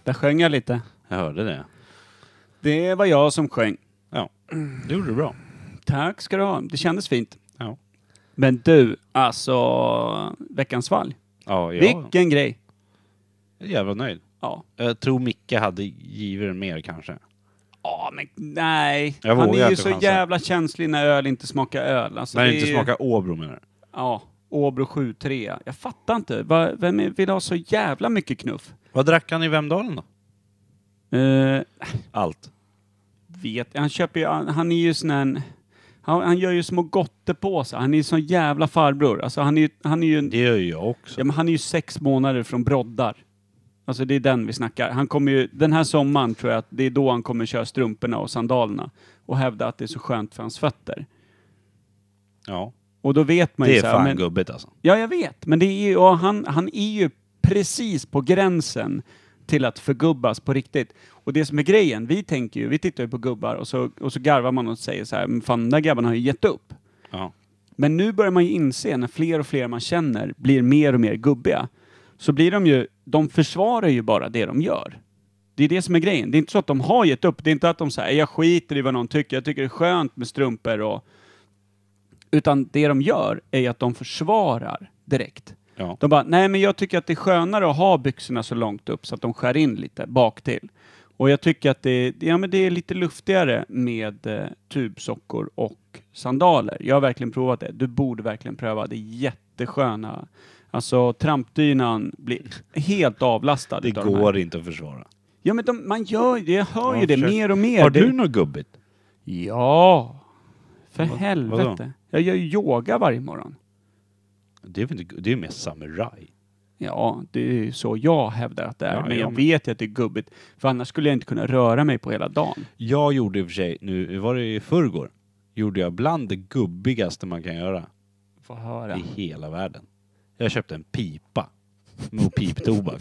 Speaker 2: Där sjöng jag lite.
Speaker 1: Jag hörde det.
Speaker 2: Det var jag som sjöng.
Speaker 1: Ja, det gjorde du bra.
Speaker 2: Tack ska du ha. Det kändes fint.
Speaker 1: Ja.
Speaker 2: Men du, alltså veckans valj.
Speaker 1: Ja, jag
Speaker 2: Vilken grej.
Speaker 1: är jävla nöjd.
Speaker 2: Ja.
Speaker 1: Jag tror Micke hade givit den mer kanske.
Speaker 2: Ja, men nej.
Speaker 1: Jag
Speaker 2: Han
Speaker 1: vågar
Speaker 2: är ju
Speaker 1: inte
Speaker 2: så
Speaker 1: chansa.
Speaker 2: jävla känslig när öl inte smakar öl. Alltså,
Speaker 1: När
Speaker 2: det
Speaker 1: det inte
Speaker 2: är ju-
Speaker 1: smakar Åbro menar du?
Speaker 2: Ja, Åbro 7-3. Jag fattar inte. Va, vem är- vill ha så jävla mycket knuff?
Speaker 1: Vad drack han i Vemdalen då?
Speaker 2: Eh,
Speaker 1: Allt.
Speaker 2: vet Han köper ju, han, han är ju sån här, han, han gör ju små gottepåsar. Han är ju sån jävla farbror. Alltså han är ju, han är ju, en-
Speaker 1: Det gör ju jag också.
Speaker 2: ja, men han är ju sex månader från broddar. Alltså det är den vi snackar. Han kommer ju, den här sommaren tror jag att det är då han kommer köra strumporna och sandalerna och hävda att det är så skönt för hans fötter.
Speaker 1: Ja.
Speaker 2: Och då vet man ju
Speaker 1: Det är
Speaker 2: så här,
Speaker 1: fan
Speaker 2: men-
Speaker 1: gubbigt alltså.
Speaker 2: Ja, jag vet. Men det är ju, och han, han är ju precis på gränsen till att förgubbas på riktigt. Och det som är grejen, vi tänker ju, vi tittar ju på gubbar och så, och så garvar man och säger så här, men fan den där grabben har ju gett upp.
Speaker 1: Ja.
Speaker 2: Men nu börjar man ju inse när fler och fler man känner blir mer och mer gubbiga, så blir de ju, de försvarar ju bara det de gör. Det är det som är grejen. Det är inte så att de har gett upp. Det är inte att de säger jag skiter i vad någon tycker, jag tycker det är skönt med strumpor och... Utan det de gör är ju att de försvarar direkt.
Speaker 1: Ja.
Speaker 2: De bara, nej men jag tycker att det är skönare att ha byxorna så långt upp så att de skär in lite bak till. Och jag tycker att det, ja, men det är lite luftigare med eh, tubsockor och sandaler. Jag har verkligen provat det. Du borde verkligen pröva. Det är jättesköna. Alltså trampdynan blir helt avlastad.
Speaker 1: Det
Speaker 2: utav de här.
Speaker 1: går inte att försvara.
Speaker 2: Ja men de, man gör ju det. Jag hör
Speaker 1: Ja,
Speaker 2: ju det
Speaker 1: försök.
Speaker 2: mer och mer.
Speaker 1: Har
Speaker 2: Det-
Speaker 1: du något gubbigt?
Speaker 2: Ja! För helvete.
Speaker 1: vadå?
Speaker 2: Jag gör ju yoga varje morgon.
Speaker 1: Det är väl inte, gu- det är mer samuraj.
Speaker 2: Ja, det är ju så jag hävdar att det är.
Speaker 1: Ja,
Speaker 2: men
Speaker 1: jag
Speaker 2: jag
Speaker 1: med.
Speaker 2: vet ju att det är gubbigt. För annars skulle jag inte kunna röra mig på hela dagen.
Speaker 1: Jag gjorde i och för sig, nu var det i förrgår, gjorde jag bland det gubbigaste man kan göra
Speaker 2: Få höra.
Speaker 1: i hela världen. Jag köpte en pipa med piptobak.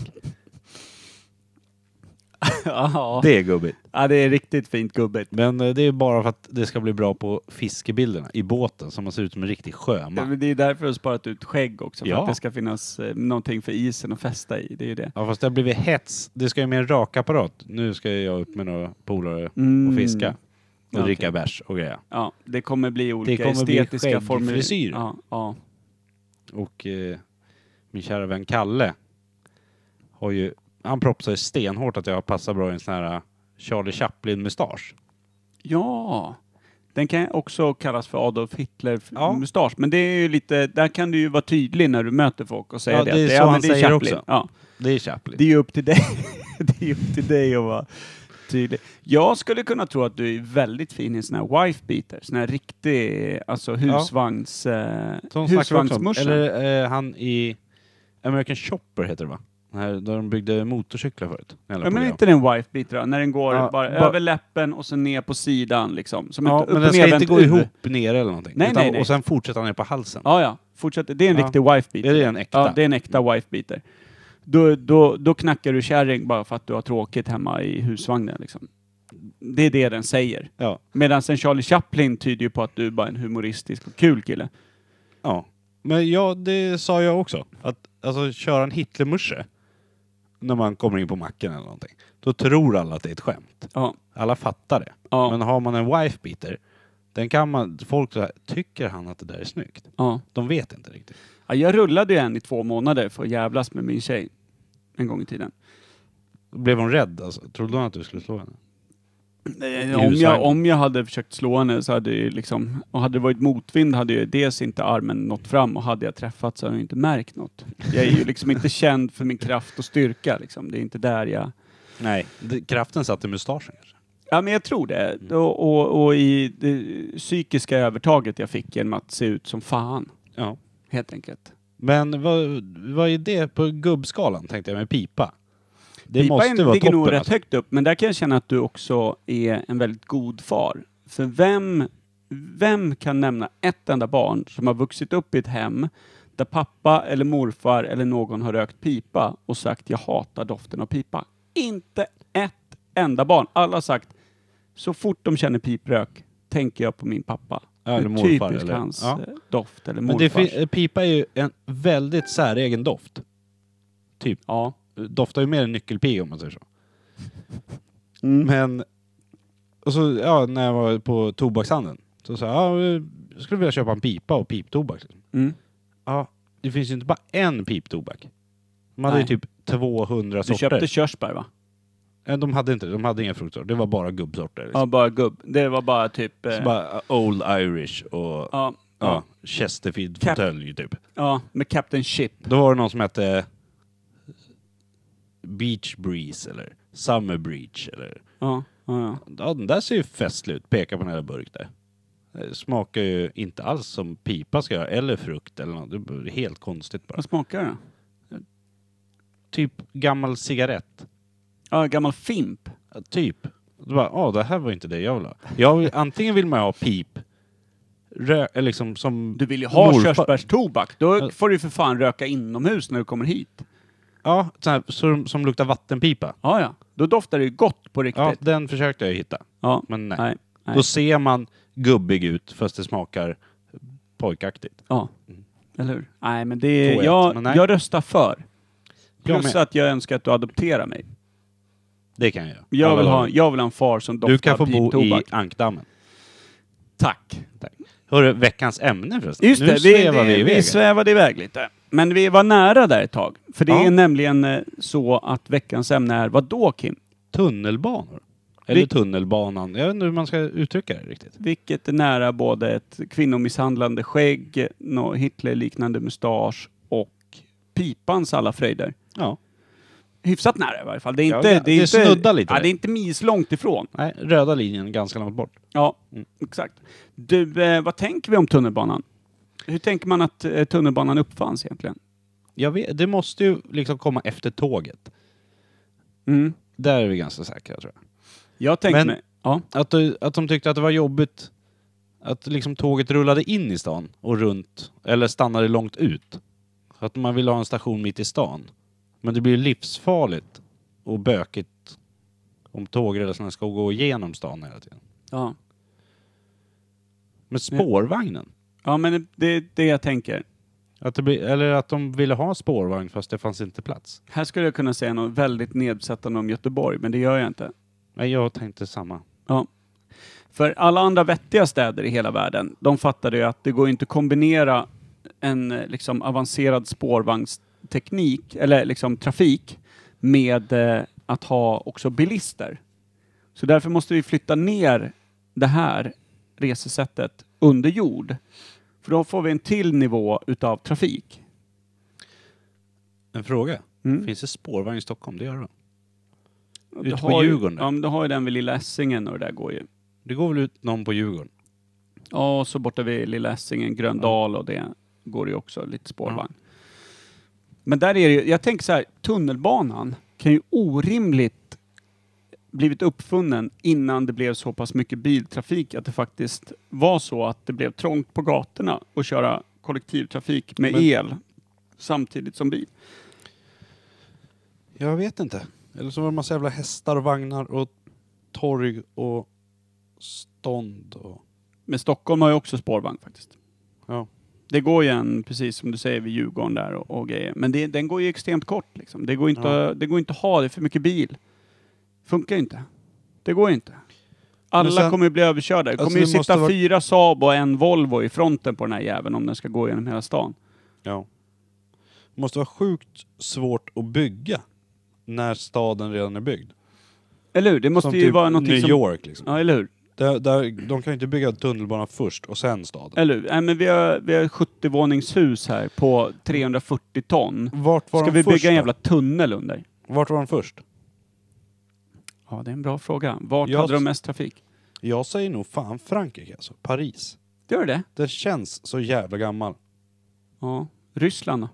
Speaker 2: [laughs] ja. Det,
Speaker 1: [laughs] Det är gubbigt.
Speaker 2: ja, det är riktigt fint gubbigt.
Speaker 1: Men eh, det är bara för att det ska bli bra på fiskebilderna i båten så man ser ut som en riktig
Speaker 2: Ja,
Speaker 1: sjöman.
Speaker 2: men det är därför du har sparat ut skägg också. För
Speaker 1: Ja.
Speaker 2: att det ska finnas eh, någonting för isen att fästa i. Det är ju det.
Speaker 1: Ja fast det har blivit hets. Det ska ju med en rakapparat. Nu ska jag upp med några polare och
Speaker 2: Mm.
Speaker 1: fiska. Och
Speaker 2: Ja,
Speaker 1: dricka bärs och grejer.
Speaker 2: Ja, det kommer bli olika
Speaker 1: kommer bli
Speaker 2: estetiska former.
Speaker 1: skäggfrisyr.
Speaker 2: Ja, ja.
Speaker 1: Och eh, min kära vän Kalle har ju, han propsar ju stenhårt att jag passar bra i en sån här eh, Charlie Chaplin-mustasch.
Speaker 2: Ja. Den kan också kallas för Adolf
Speaker 1: Ja.
Speaker 2: Hitler-mustasch. Men det är ju lite, där kan du ju vara tydlig när du möter folk och säga
Speaker 1: Ja,
Speaker 2: det.
Speaker 1: det är
Speaker 2: att
Speaker 1: så
Speaker 2: men
Speaker 1: han
Speaker 2: det är
Speaker 1: säger
Speaker 2: Chaplin.
Speaker 1: också.
Speaker 2: Ja.
Speaker 1: Det är Chaplin.
Speaker 2: Det är ju upp till dig. [laughs] det är ju upp till dig att vara tydlig. Jag skulle kunna tro att du är väldigt fin i en sån här wife beater. Sån här riktig, alltså husvagns... Eh,
Speaker 1: Som snackar vi också om.
Speaker 2: husvagnsmorsa.
Speaker 1: Eller eh, han i American Shopper heter det va? Den här, där de byggde motorcyklar förut. Jävla
Speaker 2: Ja, men är
Speaker 1: program.
Speaker 2: inte den wife beater då? När den går
Speaker 1: Ja,
Speaker 2: bara
Speaker 1: bara-
Speaker 2: över läppen och så ner på sidan liksom. Som
Speaker 1: ja,
Speaker 2: ett upp
Speaker 1: men
Speaker 2: och
Speaker 1: den ska
Speaker 2: nervänt
Speaker 1: inte gå
Speaker 2: U.
Speaker 1: ihop ner eller någonting.
Speaker 2: Nej,
Speaker 1: utan,
Speaker 2: nej, nej.
Speaker 1: Och sen fortsätter han ner på halsen.
Speaker 2: Ja, ja. Fortsätt. Det är en
Speaker 1: Ja.
Speaker 2: riktig wife beater.
Speaker 1: Är det en äkta?
Speaker 2: Ja, det är en äkta wife beater. Då, då, då knackar du kärring bara för att du har tråkigt hemma i husvagnen liksom. Det är det den säger.
Speaker 1: Ja.
Speaker 2: Medan sen Charlie Chaplin tyder ju på att du bara är en humoristisk och kul kille.
Speaker 1: Ja. Men ja, det sa jag också. Att alltså, köra en Hitlermusche när man kommer in på macken eller någonting. Då tror alla att det är ett skämt.
Speaker 2: Ja.
Speaker 1: Alla fattar det.
Speaker 2: Ja.
Speaker 1: Men har man en wife beater, den kan man... Folk så här, tycker han att det där är snyggt?
Speaker 2: Ja.
Speaker 1: De vet inte riktigt.
Speaker 2: ja jag rullade ju en i två månader för att jävlas med min tjej. En gång i tiden.
Speaker 1: Blev hon rädd alltså? Trodde hon att du skulle slå henne?
Speaker 2: Eh, Om
Speaker 1: Ljusarm.
Speaker 2: jag, om jag hade försökt slå henne så hade ju liksom, och hade det varit motvind hade ju dels inte armen nått fram och hade jag träffat så hade jag inte märkt något. Jag är ju liksom inte känd för min kraft och styrka liksom. Det är inte där jag...
Speaker 1: Nej. Det, kraften satt i mustaschen kanske?
Speaker 2: Ja men jag tror det. Och, och, och i det psykiska övertaget jag fick genom att se ut som fan,
Speaker 1: Ja.
Speaker 2: helt enkelt.
Speaker 1: Men vad, vad är det på gubbskalan tänkte jag med pipa? Det
Speaker 2: Pipa
Speaker 1: måste vara
Speaker 2: ligger
Speaker 1: toppen
Speaker 2: nog rätt
Speaker 1: alltså.
Speaker 2: högt upp, men där kan jag känna att du också är en väldigt god far. För vem, vem kan nämna ett enda barn som har vuxit upp i ett hem där pappa eller morfar eller någon har rökt pipa och sagt jag hatar doften av pipa? Inte ett enda barn. Alla har sagt så fort de känner piprök tänker jag på min pappa.
Speaker 1: Ja, eller
Speaker 2: Det är
Speaker 1: morfar
Speaker 2: Typiskt
Speaker 1: eller-
Speaker 2: hans
Speaker 1: ja.
Speaker 2: eh, doft eller
Speaker 1: Men det
Speaker 2: morfars.
Speaker 1: fin- eh, pipa är ju en väldigt säregen doft. Typ.
Speaker 2: ja.
Speaker 1: Doftar ju mer än nyckelpi om man säger så.
Speaker 2: [laughs] Mm.
Speaker 1: Men, och så, ja, när jag var på tobakshandeln så sa jag, ja, jag skulle vilja köpa en pipa och piptobak.
Speaker 2: Mm.
Speaker 1: Ja, det finns ju inte bara en piptobak. De hade
Speaker 2: Nej.
Speaker 1: ju typ 200
Speaker 2: Du
Speaker 1: sorter.
Speaker 2: köpte körsbär va?
Speaker 1: Nej, de hade inte det. de hade inga fruktsorter, det var bara gubbsorter. Liksom.
Speaker 2: Ja, bara gubb. Det var bara typ... eh,
Speaker 1: Så bara uh, Old Irish och ja.
Speaker 2: Ja, ja.
Speaker 1: Chesterfield
Speaker 2: Cap-
Speaker 1: fåtölj typ.
Speaker 2: ja, med Captain Ship.
Speaker 1: Då var det någon som hette Beach Breeze eller Summer Breach eller
Speaker 2: Ja, ja, ja.
Speaker 1: Ja, den där ser ju festlig ut. Peka på den här burk där. Det smakar ju inte alls som pipa ska göra, eller frukt eller något. Det är helt konstigt bara.
Speaker 2: Vad smakar det då?
Speaker 1: Typ gammal cigarett.
Speaker 2: Ja, gammal fimp.
Speaker 1: Ja, Typ. Då bara, ja det här var inte det jag ville ha. Jag vill, antingen vill man ha pip, rö, eller liksom som...
Speaker 2: Du vill ju ha
Speaker 1: morfar-
Speaker 2: körsbärstobak. Då
Speaker 1: Ja.
Speaker 2: får du ju för fan röka inomhus när du kommer hit.
Speaker 1: Ja, sån här, som, som luktar vattenpipa.
Speaker 2: Ja, ja. Då doftar det ju gott på
Speaker 1: Ja,
Speaker 2: riktigt. Ja,
Speaker 1: den försökte jag hitta. Men nej.
Speaker 2: nej. nej.
Speaker 1: Då ser man gubbig ut fast det smakar pojkaktigt.
Speaker 2: Ja. Eller hur? Nej, men det är...
Speaker 1: Mm. Två ett,
Speaker 2: Jag,
Speaker 1: men nej.
Speaker 2: jag röstar för.
Speaker 1: Jag
Speaker 2: Plus
Speaker 1: med.
Speaker 2: att jag önskar att du adopterar mig.
Speaker 1: Det kan jag göra.
Speaker 2: Jag
Speaker 1: Alla
Speaker 2: vill, ha,
Speaker 1: dagar.
Speaker 2: jag vill ha en far som doftar
Speaker 1: Du kan få bo i
Speaker 2: piptobak.
Speaker 1: ankdammen.
Speaker 2: Tack.
Speaker 1: Hörru, veckans ämne förresten.
Speaker 2: Just
Speaker 1: nu
Speaker 2: det, vi,
Speaker 1: svävar
Speaker 2: vi,
Speaker 1: vi
Speaker 2: vi,
Speaker 1: iväg.
Speaker 2: svävade iväg lite. Men vi var nära där ett tag. För det
Speaker 1: Ja.
Speaker 2: är nämligen eh, så att veckans ämne är vad då Kim?
Speaker 1: Tunnelbanor. Eller
Speaker 2: Vi-
Speaker 1: tunnelbanan. Jag vet inte hur man ska uttrycka det riktigt.
Speaker 2: Vilket är nära både ett kvinnomisshandlande skägg, no, Hitler-liknande mustasch och pipans alla fröjder.
Speaker 1: Ja.
Speaker 2: Hyfsat nära i varje fall. Det är
Speaker 1: Ja,
Speaker 2: inte...
Speaker 1: ja, det
Speaker 2: inte,
Speaker 1: snuddar lite
Speaker 2: Ja,
Speaker 1: där.
Speaker 2: det är inte mislångt ifrån.
Speaker 1: Nej, röda linjen ganska långt bort.
Speaker 2: Ja,
Speaker 1: Mm.
Speaker 2: exakt. Du, eh, vad tänker vi om tunnelbanan? Hur tänker man att eh, tunnelbanan uppfanns egentligen?
Speaker 1: Jag vet, det måste ju liksom komma efter tåget.
Speaker 2: Mm.
Speaker 1: Där är vi ganska säkra tror jag.
Speaker 2: Jag tänker
Speaker 1: Men-
Speaker 2: mig... Ja.
Speaker 1: Att, du- att de tyckte att det var jobbigt att liksom tåget rullade in i stan och runt, eller stannade långt ut. Så att man ville ha en station mitt i stan. Men det blir ju livsfarligt och bökigt om tågresorna ska gå igenom stan hela tiden.
Speaker 2: ja.
Speaker 1: Men spårvagnen?
Speaker 2: Ja, men det- det är det jag tänker.
Speaker 1: Att det blir, eller att de ville ha spårvagn fast det fanns inte plats.
Speaker 2: Här skulle jag kunna säga något väldigt nedsättande om Göteborg, men det gör jag inte.
Speaker 1: Nej, jag tänkte samma.
Speaker 2: Ja. För alla andra vettiga städer i hela världen, de fattade ju att det går inte att kombinera en eh, liksom, avancerad spårvagnsteknik, eller liksom trafik, med eh, att ha också bilister. Så därför måste vi flytta ner det här resesättet under jord. För då får vi en till nivå utav trafik.
Speaker 1: En fråga.
Speaker 2: Mm.
Speaker 1: Finns det spårvagn i Stockholm? Det gör det.
Speaker 2: Du
Speaker 1: på
Speaker 2: har
Speaker 1: Djurgården
Speaker 2: Ju,
Speaker 1: där.
Speaker 2: ja, men du har ju den vid Lilla Essingen och det där går ju.
Speaker 1: Det går väl ut någon på Djurgården?
Speaker 2: Ja, och så borta vid Lilla Essingen, Gröndal och det går ju också lite spårvagn. Men där är det ju, jag tänker så här, tunnelbanan kan ju orimligt blivit uppfunnen innan det blev så pass mycket biltrafik att det faktiskt var så att det blev trångt på gatorna att köra kollektivtrafik med
Speaker 1: Men-
Speaker 2: el samtidigt som bil.
Speaker 1: Jag vet inte. Eller så var det massa jävla hästar och vagnar och torg och stånd och...
Speaker 2: Men Stockholm har ju också spårvagn faktiskt.
Speaker 1: Ja.
Speaker 2: Det går ju en, precis som du säger, vid Djurgården där och, och grejer. Men det, den går ju extremt kort liksom. Det går inte,
Speaker 1: Ja.
Speaker 2: det går inte att ha, det är för mycket bil. Funkar ju inte. Det går ju inte. Alla
Speaker 1: sen-
Speaker 2: kommer ju bli överkörda. Det kommer
Speaker 1: Alltså,
Speaker 2: ju
Speaker 1: det måste
Speaker 2: sitta
Speaker 1: vara-
Speaker 2: fyra Saab och en Volvo i fronten på den här jäveln om den ska gå genom hela stan.
Speaker 1: Ja. Det måste vara sjukt svårt att bygga när staden redan är byggd.
Speaker 2: Eller hur? Det måste
Speaker 1: som typ
Speaker 2: ju vara någonting
Speaker 1: New
Speaker 2: som...
Speaker 1: York liksom.
Speaker 2: Ja, eller hur?
Speaker 1: Där, där, de kan ju inte bygga tunnelbanan först och sen staden.
Speaker 2: Eller hur? Nej, men vi har, vi har 70-våningshus här på 340 ton.
Speaker 1: Vart var
Speaker 2: Ska
Speaker 1: de
Speaker 2: vi
Speaker 1: först
Speaker 2: bygga en
Speaker 1: då?
Speaker 2: jävla tunnel under?
Speaker 1: Vart var de först?
Speaker 2: Ja, det är en bra fråga. Vart
Speaker 1: Jag-
Speaker 2: hade de mest trafik?
Speaker 1: Jag säger nog fan Frankrike alltså. Paris.
Speaker 2: Gör det?
Speaker 1: Den känns så jävla gammal.
Speaker 2: Ja. Ryssland då?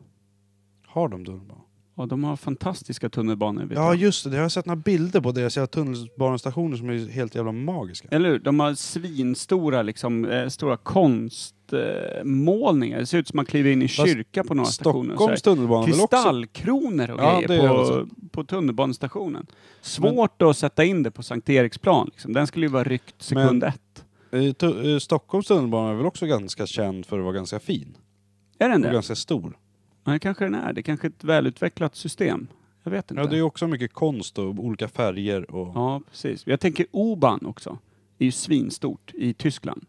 Speaker 1: Har de tunnelbana?
Speaker 2: Ja, de har fantastiska tunnelbanor. Vet
Speaker 1: Ja
Speaker 2: jag.
Speaker 1: just det, jag har sett några bilder på deras jävla tunnelbanestationer som är helt jävla magiska.
Speaker 2: Eller hur? De har svinstora liksom, eh, stora konstmålningar. Eh, målningar. det ser ut som man kliver in i
Speaker 1: Fast
Speaker 2: kyrka på några stationer. och så här.
Speaker 1: Stockholms tunnelbana väl också?
Speaker 2: Kristallkronor och
Speaker 1: Ja, det
Speaker 2: grejer
Speaker 1: har jag
Speaker 2: på, på tunnelbanestationen. Svårt att sätta in det på Sankt Eriksplan. Liksom. Den skulle ju vara ryckt sekund ett.
Speaker 1: Eh, tu- eh, Stockholms tunnelbana är väl också ganska känd för att vara ganska fin?
Speaker 2: Är den
Speaker 1: Och
Speaker 2: det?
Speaker 1: ganska stor.
Speaker 2: Ja, det kanske den är. Det är kanske är ett välutvecklat system. Jag vet inte.
Speaker 1: Ja, det är ju också mycket konst och olika färger och... Ja,
Speaker 2: Ja, precis. Jag tänker Oban också. Det är ju svinstort i Tyskland.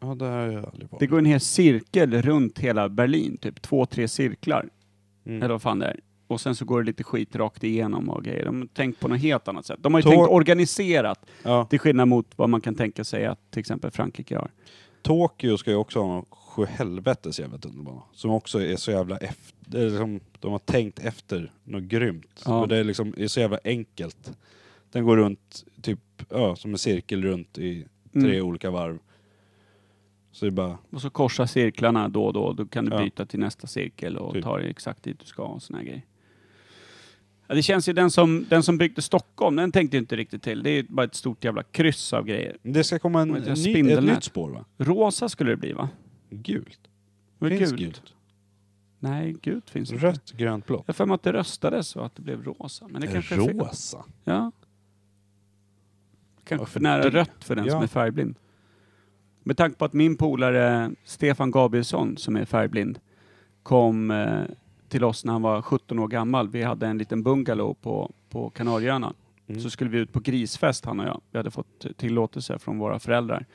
Speaker 1: det här har jag aldrig varit.
Speaker 2: Det går en hel cirkel runt hela Berlin, typ två, tre cirklar.
Speaker 1: Mm.
Speaker 2: Eller vad fan det är. Och sen så går det lite skit rakt igenom och grejer. De har tänkt på något helt annat sätt. De har ju
Speaker 1: Tår-
Speaker 2: tänkt organiserat,
Speaker 1: Ja.
Speaker 2: till skillnad mot vad man kan tänka sig att till exempel Frankrike gör.
Speaker 1: Tokyo ska ju också ha någon sjuhelvetes jävla tunnelbana. Som också är så jävla efter... Det är liksom, de har tänkt efter något grymt.
Speaker 2: Ja.
Speaker 1: Och det är liksom det är så jävla enkelt. Den går runt, typ, ja, som en cirkel runt i tre
Speaker 2: Mm.
Speaker 1: olika varv. Så det är bara...
Speaker 2: Och så korsa cirklarna då och då. Då kan du
Speaker 1: Ja.
Speaker 2: byta till nästa cirkel och
Speaker 1: Typ.
Speaker 2: ta dig exakt dit du ska och såna här grejer. Ja, det känns ju, den som, den som byggde Stockholm, den tänkte jag inte riktigt till. Det är ju bara ett stort jävla kryss av grejer.
Speaker 1: Men Det ska komma en,
Speaker 2: Och ett
Speaker 1: ny, ett
Speaker 2: spindelnät.
Speaker 1: nytt spår va?
Speaker 2: Rosa skulle det bli va?
Speaker 1: Gult.
Speaker 2: Var det
Speaker 1: Finns
Speaker 2: gult?
Speaker 1: gult?
Speaker 2: Nej, gult finns inte.
Speaker 1: Rött, grönt, blått.
Speaker 2: Jag har för mig att det röstades och att det blev rosa. Men det kanske är fel.
Speaker 1: Rosa?
Speaker 2: Ja. Kanske
Speaker 1: Varför
Speaker 2: för nära
Speaker 1: det?
Speaker 2: rött för den
Speaker 1: Ja.
Speaker 2: som är färgblind. Med tanke på att min polare Stefan Gabrielsson, som är färgblind, kom eh, till oss när han var 17 år gammal. Vi hade en liten bungalow på, på Kanarieöarna.
Speaker 1: Mm.
Speaker 2: Så skulle vi ut på grisfest, han och jag. Vi hade fått tillåtelse från våra föräldrar.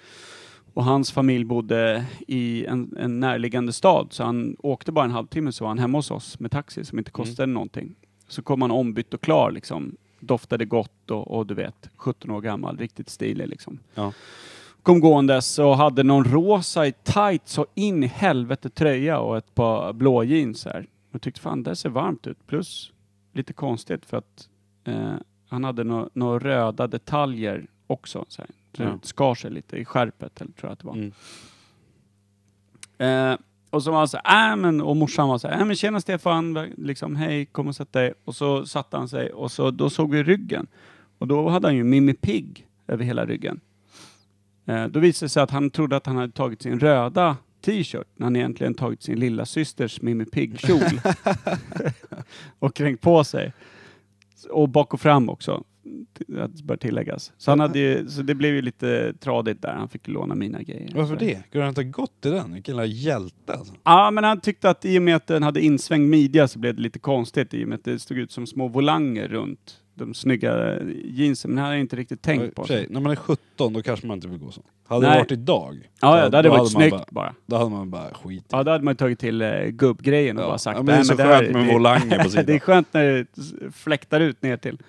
Speaker 2: Och hans familj bodde i en, en närliggande stad, så han åkte bara en halvtimme så var han hemma hos oss med taxi som
Speaker 1: Mm.
Speaker 2: inte kostade någonting. Så kom han ombytt och klar liksom. Doftade gott och, och du vet, 17 år gammal, riktigt stilig liksom.
Speaker 1: Ja.
Speaker 2: Kom gåendes och hade någon rosa i tights och in i helvete tröja och ett par blå jeans här. Jag tyckte fan det ser varmt ut. Plus lite konstigt för att eh, han hade några nå röda detaljer också. Så här. Så
Speaker 1: Ja.
Speaker 2: det skar sig lite i skärpet, eller tror jag att det var.
Speaker 1: Mm.
Speaker 2: Eh, och så var han så här, äh, men, och morsan var så här, äh, men tjena Stefan, va- liksom, hej, kom och sätt dig. Och så satte han sig och så, då såg vi ryggen. Och då hade han ju Mimmi Pigg över hela ryggen. Eh, då visade det sig att han trodde att han hade tagit sin röda t-shirt när han egentligen tagit sin lilla systers Mimmi Pigg-kjol
Speaker 1: [laughs]
Speaker 2: och kränkt på sig. Och bak och fram också, t- att det bör tilläggas. Så, han hade ju, så det blev ju lite tradigt där, han fick låna mina grejer.
Speaker 1: Varför
Speaker 2: Så-
Speaker 1: det? Går han inte gått i den? Vilken jävla hjälte alltså.
Speaker 2: Ja, men han tyckte att i och med att den hade insvängd midja så blev det lite konstigt i och med att det stod ut som små volanger runt de snygga eh, jeansen. Men han hade inte riktigt tänkt på.
Speaker 1: Och i och för sig,
Speaker 2: det.
Speaker 1: när man är 17 då kanske man inte vill gå så. Hade
Speaker 2: Nej.
Speaker 1: det varit idag,
Speaker 2: Ja, ja,
Speaker 1: då
Speaker 2: det hade
Speaker 1: hade
Speaker 2: varit
Speaker 1: man
Speaker 2: snyggt
Speaker 1: bara-
Speaker 2: bara.
Speaker 1: då hade man bara skit i
Speaker 2: Ja, då hade man tagit till eh, gubbgrejen och bara sagt
Speaker 1: ja, men
Speaker 2: "Nej,
Speaker 1: det är så
Speaker 2: det här-
Speaker 1: skönt med
Speaker 2: det-
Speaker 1: volanger
Speaker 2: [laughs]
Speaker 1: på
Speaker 2: Det är
Speaker 1: sidan.
Speaker 2: skönt när det s- fläktar ut ner till.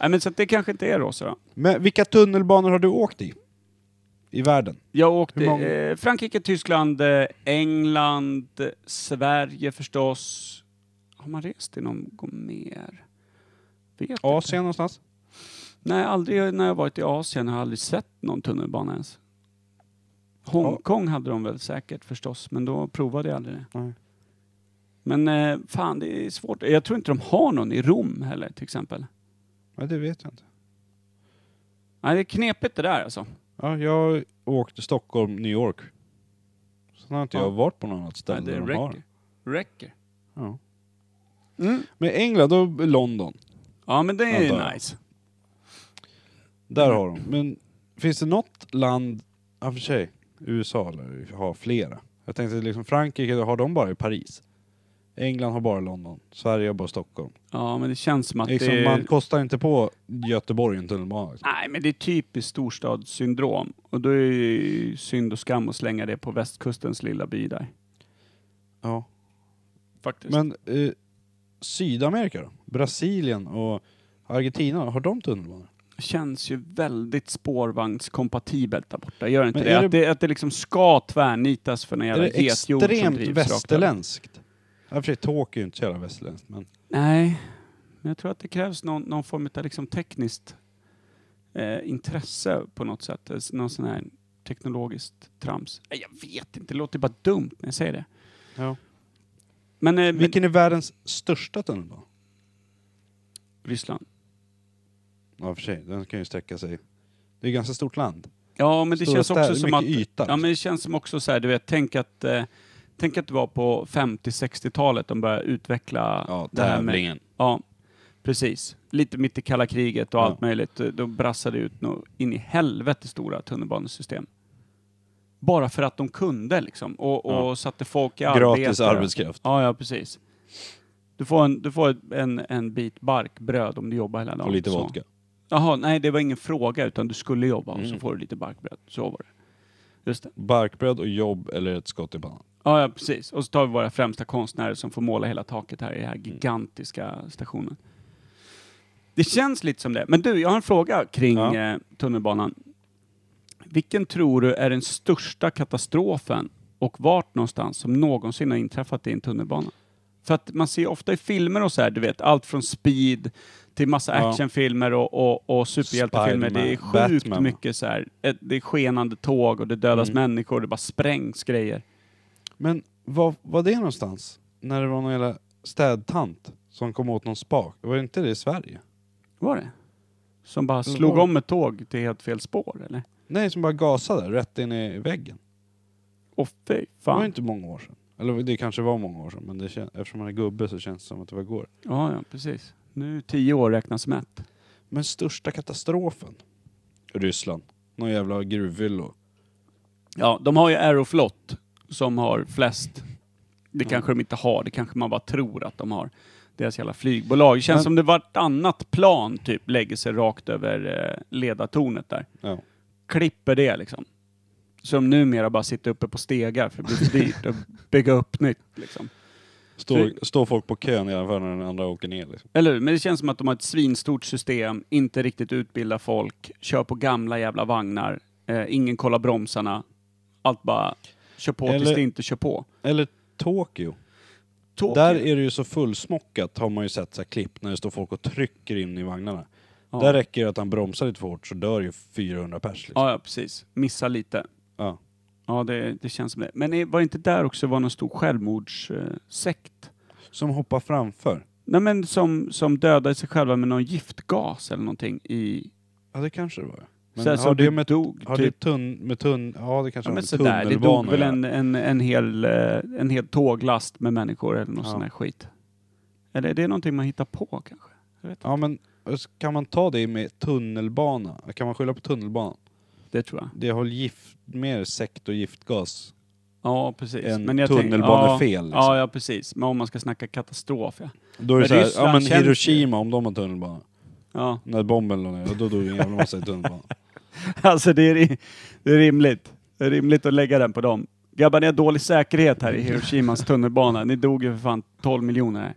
Speaker 2: Nej, men så att det kanske inte är rosa då.
Speaker 1: Men vilka tunnelbanor har du åkt i? I världen?
Speaker 2: Jag
Speaker 1: Hur
Speaker 2: åkte
Speaker 1: många-
Speaker 2: eh, Frankrike, Tyskland, eh, England, eh, Sverige förstås. Har man rest i någon gång mer? Vet inte.
Speaker 1: Asien någonstans?
Speaker 2: Nej, aldrig när jag varit i Asien har jag aldrig sett någon tunnelbana ens. Hongkong hade de väl säkert förstås, men då provade jag aldrig det.
Speaker 1: Nej.
Speaker 2: Men eh, fan, det är svårt. Jag tror inte de har någon i Rom heller till exempel.
Speaker 1: Nej, det vet jag inte.
Speaker 2: Nej, det är knepigt det där alltså.
Speaker 1: Ja, jag åkte Stockholm, New York. Sen har inte
Speaker 2: Ja.
Speaker 1: jag varit på något annat
Speaker 2: Nej,
Speaker 1: ställe
Speaker 2: det
Speaker 1: där de har.
Speaker 2: räcker. räcker.
Speaker 1: Ja.
Speaker 2: Mm.
Speaker 1: Men England och London,
Speaker 2: Ja, men det är
Speaker 1: Antar jag.
Speaker 2: nice.
Speaker 1: där har de. Men finns det något land, ja för sig, USA lär har flera. Jag tänkte liksom Frankrike, har de bara i Paris? England har bara London, Sverige har bara Stockholm.
Speaker 2: Ja, men det känns som att
Speaker 1: Liksom,
Speaker 2: det är...
Speaker 1: Man kostar inte på Göteborg en tunnelbana. Liksom.
Speaker 2: Nej, men det är typiskt storstadssyndrom. Och då är det ju synd och skam att slänga det på västkustens lilla by där.
Speaker 1: Ja.
Speaker 2: Faktiskt.
Speaker 1: Men eh, Sydamerika då? Brasilien och Argentina, har de tunnelbanor?
Speaker 2: Känns ju väldigt spårvagnskompatibelt där borta, gör inte
Speaker 1: Men
Speaker 2: det?
Speaker 1: är det-
Speaker 2: Att, det? att det liksom ska tvärnitas för en
Speaker 1: Är
Speaker 2: jävla
Speaker 1: det
Speaker 2: getjord som
Speaker 1: extremt
Speaker 2: drivs rakt
Speaker 1: västerländskt? Ja, i och för sig, Tokyo är ju inte så jävla västerländskt, men...
Speaker 2: över. Nej, men jag tror att det krävs någon, någon form av liksom tekniskt eh, intresse på något sätt. Eh, Någon sån här teknologiskt trams. Nej, Jag vet inte, det låter bara dumt när jag säger det.
Speaker 1: Ja.
Speaker 2: Men, eh, men
Speaker 1: Vilken är världens största tunnelbana?
Speaker 2: Ryssland.
Speaker 1: Ja, i och för sig, den kan ju sträcka sig... Det är ju ganska stort land.
Speaker 2: Ja, men det
Speaker 1: Stora
Speaker 2: känns också
Speaker 1: städer,
Speaker 2: som
Speaker 1: mycket
Speaker 2: att...
Speaker 1: yta.
Speaker 2: Ja, men det känns som också så här, du vet, tänk att, eh, tänk att det var på 50-60-talet de började utveckla
Speaker 1: Ja,
Speaker 2: det här med
Speaker 1: tävlingen.
Speaker 2: Ja, precis. Lite mitt i kalla kriget och
Speaker 1: Ja.
Speaker 2: allt möjligt. Eh, Då brassade det ut nå- in i helvete stora tunnelbanesystem. Bara för att de kunde liksom. Och, och
Speaker 1: Ja.
Speaker 2: satte folk i arbete.
Speaker 1: Gratis arbetskraft.
Speaker 2: Ja, ja, precis. Du får en, du får en, en bit barkbröd om du jobbar hela dagen.
Speaker 1: Och lite
Speaker 2: Så.
Speaker 1: vodka.
Speaker 2: Jaha, nej det var ingen fråga utan du skulle jobba och så
Speaker 1: Mm.
Speaker 2: får du lite barkbröd. Så var det. Just det.
Speaker 1: Barkbröd och jobb eller ett skott i pannan.
Speaker 2: Ja, ja, precis. Och så tar vi våra främsta konstnärer som får måla hela taket här i den
Speaker 1: Mm.
Speaker 2: här gigantiska stationen. Det känns lite som det. Men du, jag har en fråga kring
Speaker 1: Ja.
Speaker 2: eh, tunnelbanan. Vilken tror du är den största katastrofen och vart någonstans som någonsin har inträffat i en tunnelbana? För att man ser ofta i filmer och så här, du vet, allt från Speed till massa
Speaker 1: Ja.
Speaker 2: actionfilmer och, och, och superhjältefilmer. Det är
Speaker 1: Spiderman,
Speaker 2: sjukt
Speaker 1: Batman.
Speaker 2: mycket så här, ett, det är skenande tåg och det dödas
Speaker 1: Mm.
Speaker 2: människor, det bara sprängs grejer.
Speaker 1: Men var var det någonstans? När det var någon jävla städtant som kom åt någon spak? Var det inte det i Sverige?
Speaker 2: Var det? Som bara
Speaker 1: Eller
Speaker 2: slog
Speaker 1: var det?
Speaker 2: om ett tåg till helt fel spår eller?
Speaker 1: Nej, som bara gasade rätt in i väggen.
Speaker 2: Åh fy
Speaker 1: Det var ju
Speaker 2: fan.
Speaker 1: inte många år sedan. Eller det kanske var många år sedan, men det kän- eftersom man är gubbe så känns det som att det var igår.
Speaker 2: Ja, ja precis. Nu tio år räknas som ett.
Speaker 1: Men största katastrofen? Ryssland. Någon jävla gruvfyllo.
Speaker 2: Ja, de har ju Aeroflot som har flest. Det kanske de inte har, det kanske man bara tror att de har. Deras jävla flygbolag. Det känns
Speaker 1: Men-
Speaker 2: som det vartannat plan typ lägger sig rakt över eh, ledartornet där.
Speaker 1: Ja.
Speaker 2: Klipper det liksom. Som numera bara sitter uppe på stegar för det blir för dyrt att bygga upp nytt liksom.
Speaker 1: Står, står folk på kön i alla fall när den andra åker ner liksom.
Speaker 2: Eller hur? Men det känns som att de har ett svinstort system, inte riktigt utbildar folk, kör på gamla jävla vagnar, eh, ingen kollar bromsarna. Allt bara kör på tills
Speaker 1: Eller-
Speaker 2: det inte kör på.
Speaker 1: Eller Tokyo.
Speaker 2: Tokyo.
Speaker 1: Där är det ju så fullsmockat har man ju sett så här klipp när det står folk och trycker in i vagnarna.
Speaker 2: Ja.
Speaker 1: Där räcker det att han bromsar lite för hårt så dör ju 400 pers liksom.
Speaker 2: ja, ja, precis. Missar lite.
Speaker 1: Ja.
Speaker 2: Ja, det, det känns som det. Men är- var det inte där också var någon stor självmordssekt? Eh, sekt?
Speaker 1: Som hoppar framför.
Speaker 2: Nej, men som, som dödade sig själva med någon giftgas eller någonting i...
Speaker 1: Ja det kanske det var. Men
Speaker 2: så här,
Speaker 1: har
Speaker 2: som
Speaker 1: det med,
Speaker 2: dog,
Speaker 1: har
Speaker 2: typ.
Speaker 1: det tunn, med tunn, ja det kanske
Speaker 2: Ja,
Speaker 1: har
Speaker 2: men
Speaker 1: med
Speaker 2: sådär, det
Speaker 1: tunnelbanan
Speaker 2: dog
Speaker 1: att
Speaker 2: väl
Speaker 1: göra.
Speaker 2: en, en, en, hel, eh, en hel tåglast med människor eller någon
Speaker 1: Ja.
Speaker 2: sån här skit. Eller är det någonting man hittar på kanske? Jag vet inte.
Speaker 1: Ja men kan man ta det med tunnelbana? Kan man skylla på tunnelbanan?
Speaker 2: Det tror jag.
Speaker 1: Det har gift, mer sekt och giftgas
Speaker 2: Ja, precis.
Speaker 1: än
Speaker 2: jag tänk-
Speaker 1: tunnelbanefel.
Speaker 2: Ja,
Speaker 1: liksom.
Speaker 2: ja, ja, precis. Men om man ska snacka katastrof, ja.
Speaker 1: Då är det
Speaker 2: Men
Speaker 1: såhär,
Speaker 2: Ryssland
Speaker 1: ja men
Speaker 2: känns ju-
Speaker 1: Hiroshima om de har tunnelbana. [laughs]
Speaker 2: ja.
Speaker 1: När bomben låg ner, då dog en jävla massa i tunnelbanan.
Speaker 2: Alltså det är, ri- det är rimligt. Det är rimligt att lägga den på dem. Grabbar, ni har dålig säkerhet här i Hiroshimas tunnelbana. Ni dog ju för fan 12 miljoner här.